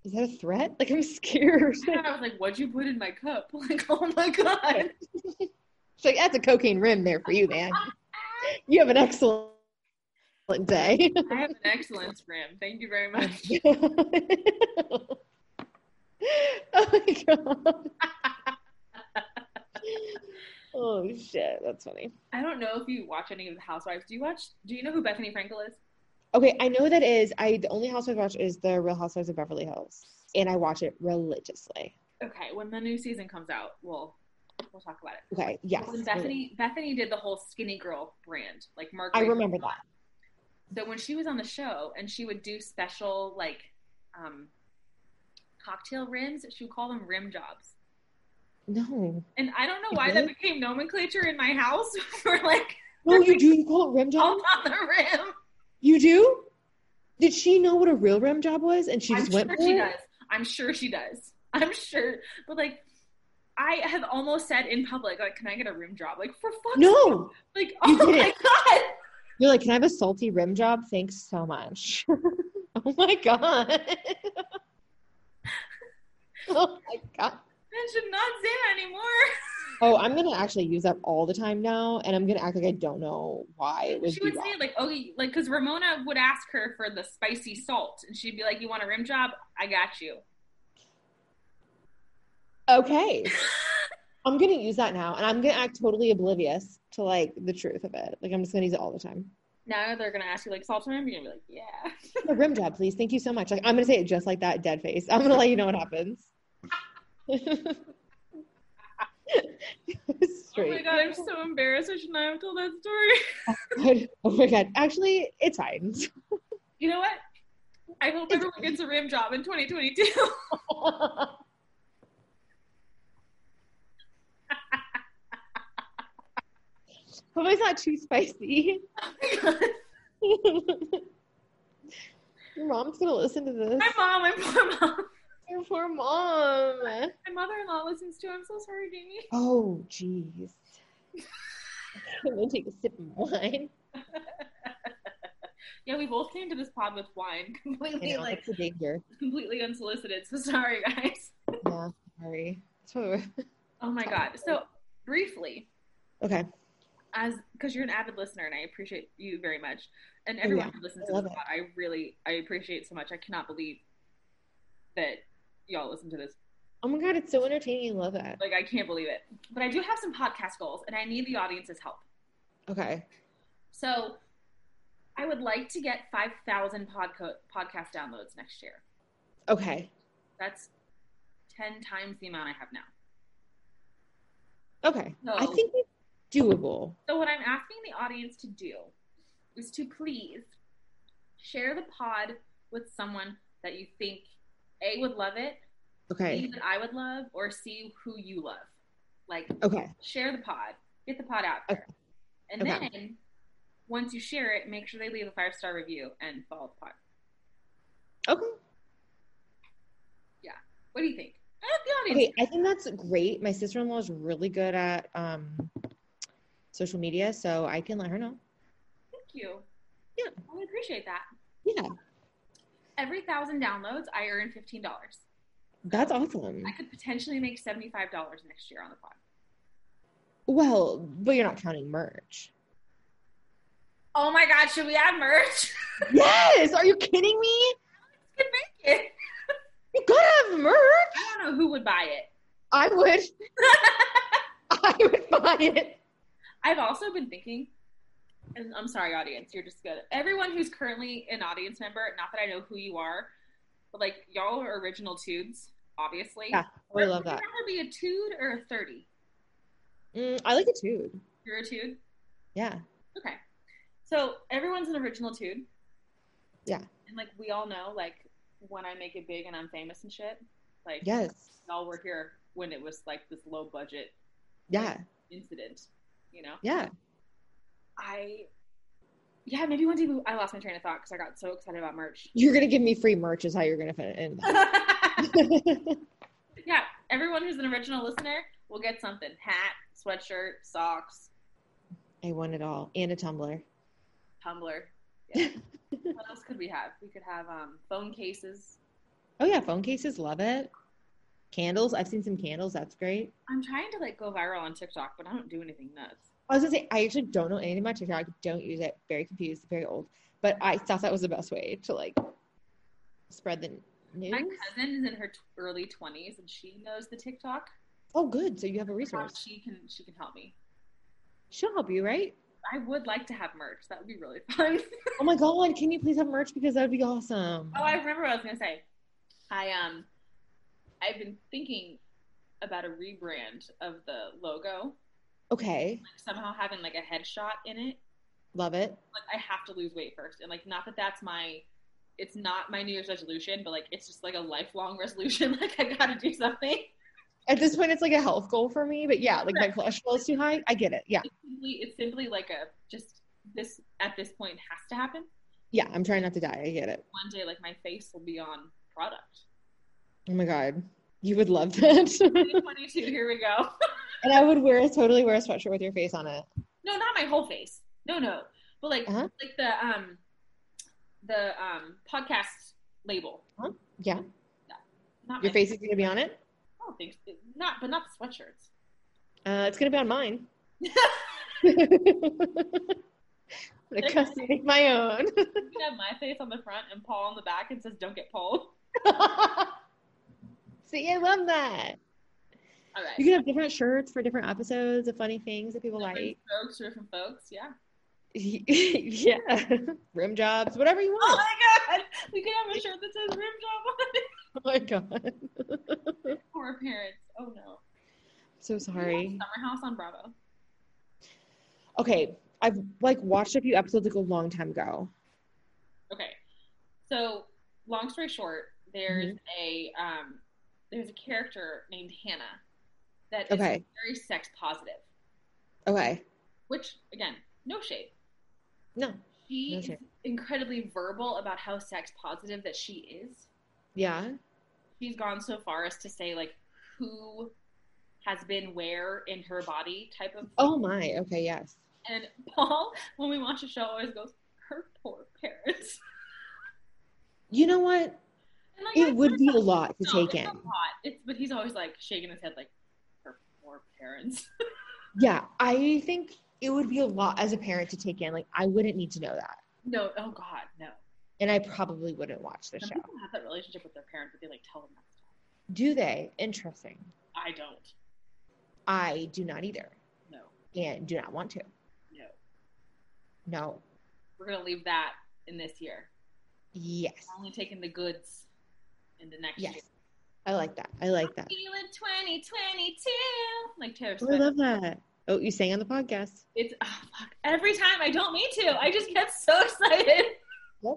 S2: Is that a threat? Like, I'm scared.
S1: I, don't know, I was like, what'd you put in my cup? Like, oh my God.
S2: She's like, that's a cocaine rim there for you, man. You have an excellent day.
S1: I have an excellent scrim. Thank you very much.
S2: oh my god. oh shit, that's funny.
S1: I don't know if you watch any of the Housewives. Do you watch? Do you know who Bethany Frankel is?
S2: Okay, I know who that is. I the only housewife I watch is the Real Housewives of Beverly Hills, and I watch it religiously.
S1: Okay, when the new season comes out, we'll we'll talk about it.
S2: Okay, yes,
S1: When Bethany Bethany did the whole skinny girl brand, like Mark.
S2: I
S1: Rayford.
S2: remember that.
S1: So when she was on the show and she would do special like um, cocktail rims, she would call them rim jobs.
S2: No,
S1: And I don't know why that
S2: Really?
S1: became nomenclature in my house for like
S2: no, you do. You call it rim job.
S1: all on the rim.
S2: You do? Did she know what a real rim job was and she
S1: I'm
S2: just
S1: sure
S2: went for
S1: she
S2: it?
S1: does. I'm sure she does. I'm sure. But like, I have almost said in public, like, can I get a rim job? Like, for fuck's
S2: No.
S1: Like,
S2: You
S1: oh
S2: did
S1: my god.
S2: You're like, can I have a salty rim job? Thanks so much. oh my god. oh my god.
S1: I should not say that anymore.
S2: Oh, I'm gonna actually use that all the time now, and I'm gonna act like I don't know why it was.
S1: she would
S2: Bebop.
S1: say like, okay, like, because Ramona would ask her for the spicy salt, and she'd be like, "You want a rim job? I got you."
S2: okay. I'm gonna use that now, and I'm gonna act totally oblivious to like the truth of it. Like I'm just gonna use it all the time.
S1: Now they're gonna ask you like salt and rim. You're gonna be like, "Yeah." Oh
S2: A rim job, please. Thank you so much. Like I'm gonna say it just like that, dead face. I'm gonna let you know what happens.
S1: Oh my
S2: Straight.
S1: god, I'm so embarrassed. I should not have told that story.
S2: Oh my god. Actually, it's fine.
S1: You know what? I hope everyone gets a rim job in 2022.
S2: Hopefully it's not too spicy. Your mom's gonna listen to this.
S1: my mom, my poor mom.
S2: Your poor mom.
S1: My mother-in-law listens to. it. I'm so sorry, Jamie.
S2: Oh, jeez. I'm gonna take a sip of wine.
S1: Yeah, we both came to this pod with wine, completely
S2: You know,
S1: like
S2: that's a danger.
S1: completely unsolicited. So sorry, guys.
S2: Yeah, sorry. That's what we're-
S1: Oh my god. So briefly,
S2: Okay.
S1: as because you're an avid listener, and I appreciate you very much, and
S2: Oh,
S1: everyone
S2: yeah.
S1: who listens
S2: I
S1: to
S2: love
S1: this
S2: it.
S1: pod, I really I appreciate so much. I cannot believe that y'all listen to this.
S2: Oh my god, it's so entertaining. I love that.
S1: Like I can't believe it. But I do have some podcast goals, and I need the audience's help.
S2: Okay.
S1: So I would like to get 5,000 podco- podcast downloads next year.
S2: Okay.
S1: That's 10 times the amount I have now.
S2: Okay. I
S1: No.
S2: think it's doable.
S1: So what I'm asking the audience to do is to please share the pod with someone that you think A would love it, B
S2: Okay.
S1: that I would love, or C who you love. Like
S2: Okay.
S1: share the pod, get the pod out there. And
S2: Okay.
S1: then once you share it, make sure they leave a five star review and follow the pod.
S2: Okay.
S1: What do you think? I have the audience.
S2: Okay, I think that's great. My sister in law is really good at um, social media, so I can let her know.
S1: Thank you.
S2: Yeah.
S1: I appreciate that.
S2: Yeah,
S1: Every thousand downloads, I earn fifteen dollars.
S2: that's awesome.
S1: I could potentially make seventy-five dollars next year on the pod.
S2: Well, but you're not counting merch.
S1: Oh my God! Should we add merch?
S2: Yes, are you kidding me?
S1: could make it.
S2: You gotta have merch.
S1: I don't know who would buy it.
S2: I would. I would buy it.
S1: I've also been thinking, and I'm sorry, audience, you're just good. Everyone who's currently an audience member, not that I know who you are, but like y'all are original tudes, obviously.
S2: Yeah, I love
S1: Would
S2: that.
S1: you rather be a tude or a thirty?
S2: Mm, I like a dude.
S1: You're a tude.
S2: Yeah.
S1: Okay. So everyone's an original dude.
S2: Yeah.
S1: And like we all know, like when I make it big and I'm famous and shit, like
S2: Yes.
S1: y'all were here when it was like this low budget
S2: Yeah.
S1: incident. You know,
S2: Yeah.
S1: I yeah maybe one day we, I lost my train of thought because I got so excited about merch.
S2: You're gonna give me free merch is how you're gonna fit it in.
S1: yeah, everyone who's an original listener will get something: hat, sweatshirt, socks,
S2: I want it all and a tumbler.
S1: tumbler. Yeah. what else could we have? We could have um, phone cases.
S2: Oh yeah, phone cases love it. Candles. I've seen some candles. That's great.
S1: I'm trying to like go viral on TikTok, but I don't do anything nuts.
S2: I was gonna say I actually don't know anything about TikTok. Don't use it. Very confused. Very old. But I thought that was the best way to like spread the news.
S1: My cousin is in her t- early 20s and she knows the TikTok.
S2: oh, good. So you have a
S1: Perhaps
S2: resource.
S1: She can she can help me.
S2: She'll help you, right?
S1: I would like to have merch. That would be really fun.
S2: Oh my god! Can you please have merch because that would be awesome.
S1: Oh, I remember what I was gonna say. I um, I've been thinking about a rebrand of the logo,
S2: Okay,
S1: like somehow having like a headshot in it.
S2: love it.
S1: Like I have to lose weight first, and like not that that's my, it's not my New Year's resolution, but like it's just like a lifelong resolution. Like I gotta do something.
S2: At this point, it's like a health goal for me. But yeah, like my cholesterol is too high. I get it. Yeah,
S1: It's simply, it's simply like a just this at this point has to happen.
S2: yeah. I'm trying not to die. I get it.
S1: One day, like my face will be on product.
S2: Oh my god, you would love that.
S1: 2022, here we go.
S2: and I would wear totally wear a sweatshirt with your face on it.
S1: No, not my whole face. No, no. But like
S2: Uh-huh.
S1: like the um the um podcast label.
S2: Uh-huh. Yeah,
S1: Not
S2: your
S1: my-
S2: face is gonna be on it.
S1: I don't think so. not but not the sweatshirts.
S2: Uh, it's gonna be on mine. I'm gonna custom make my own.
S1: You can have my face on the front and Paul on the back and says don't get pulled.
S2: See, I love that.
S1: All right.
S2: You can have different shirts for different episodes of funny things that people
S1: Different
S2: like.
S1: strokes for different folks, yeah.
S2: yeah, rim jobs, whatever you
S1: Oh
S2: want.
S1: my god! We could have a shirt that says rim job on it.
S2: Oh my god,
S1: Poor parents. Oh no.
S2: so sorry.
S1: Summer house on Bravo.
S2: Okay, I've like watched a few episodes like a long time ago.
S1: Okay. So, long story short, there's
S2: Mm-hmm.
S1: a um, there's a character named Hannah that is
S2: Okay.
S1: very sex positive,
S2: Okay,
S1: which again, no shade.
S2: no,
S1: She
S2: No
S1: is
S2: shade.
S1: incredibly verbal about how sex positive that she is.
S2: yeah,
S1: She's gone so far as to say like who has been where in her body type of
S2: oh my, okay, yes.
S1: and Paul when we watch a show always goes her poor parents.
S2: You know what?
S1: And, like, I-
S2: It would be a lot to
S1: No,
S2: take in.
S1: It's a lot. It's but he's always like shaking his head like her poor parents.
S2: Yeah, I think it would be a lot as a parent to take in. Like, I wouldn't need to know that,
S1: no, oh god, no.
S2: and I probably wouldn't watch the
S1: Some
S2: show.
S1: people have that relationship with their parents, but they like tell them that stuff.
S2: Do they? Interesting.
S1: I don't.
S2: I do not either,
S1: No,
S2: and do not want to.
S1: no.
S2: No.
S1: We're gonna leave that in this year.
S2: Yes.
S1: We're only taking the goods in the next
S2: Yes.
S1: year.
S2: I like that. I like that.
S1: Feeling 2022, like Taylor
S2: Oh, I
S1: Swift.
S2: love that. Oh, you sang on the podcast.
S1: It's oh fuck. Every time I don't mean to. I just get so excited.
S2: Yep.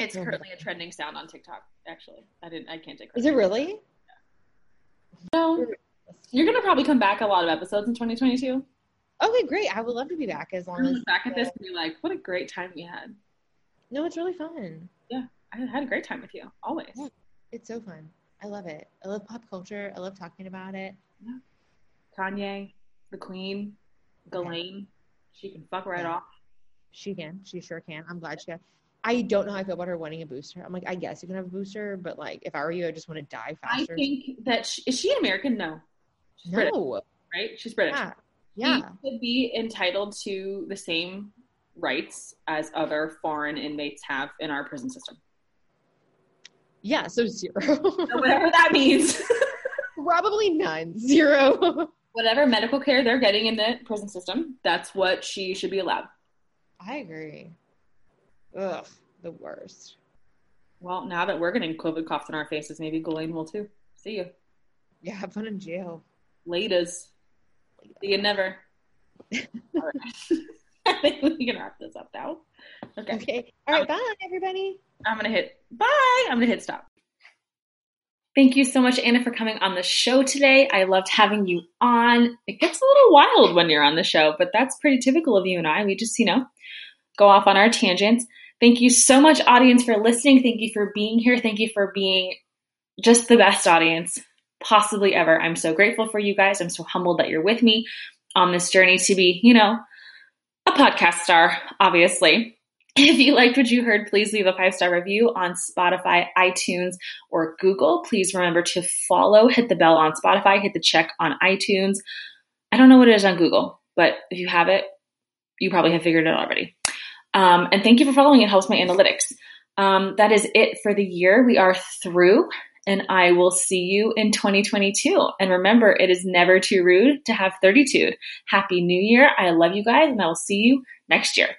S1: It's
S2: Love
S1: currently a trending sound on TikTok. Actually, I didn't. I can't take.
S2: Is it really?
S1: No. You're gonna probably come back a lot of episodes in 2022.
S2: Okay, great. I would love to be back as long
S1: We're gonna
S2: as.
S1: look back at this and be like, "What a great time we had!
S2: No, it's really fun.
S1: I had a great time with you, always."
S2: Yeah. It's so fun. I love it. I love pop culture. I love talking about it.
S1: Kanye, the Queen, Ghislaine, she can fuck right
S2: Yeah.
S1: off.
S2: She can. She sure can. I'm glad she can. I don't know how I feel about her wanting a booster. I'm like, I guess you can have a booster, but like, if I were you, I just want to die
S1: I
S2: faster.
S1: think that she, is she an American? No, she's British,
S2: no.
S1: right? She's British.
S2: Yeah. Yeah.
S1: She could be entitled to the same rights as other foreign inmates have in our prison system.
S2: Yeah. So zero.
S1: So whatever that means,
S2: Probably none. Zero.
S1: whatever medical care they're getting in the prison system, that's what she should be allowed.
S2: I agree. Ugh, the worst.
S1: Well, now that we're getting COVID coughs in our faces, maybe Ghislaine will too. See you.
S2: Yeah, have fun in jail.
S1: Laters. See you never. All right. I think we can wrap this up now. Okay.
S2: Okay. All right. Bye, everybody.
S1: I'm going to hit bye. I'm going to hit stop. Thank you so much, Anna, for coming on the show today. I loved having you on. It gets a little wild when you're on the show, but that's pretty typical of you and I. We just, you know, go off on our tangents. Thank you so much, audience, for listening. Thank you for being here. Thank you for being just the best audience possibly ever. I'm so grateful for you guys. I'm so humbled that you're with me on this journey to be, you know, a podcast star, obviously. If you liked what you heard, please leave a five star review on Spotify, iTunes, or Google. Please remember to follow, hit the bell on Spotify, hit the check on iTunes. I don't know what it is on Google, but if you have it, you probably have figured it out already. Um, and thank you for following. It helps my analytics. Um, that is it for the year. We are through, and I will see you in 2022. And remember, it is never too rude to have 32. Happy New Year. I love you guys, and I will see you next year.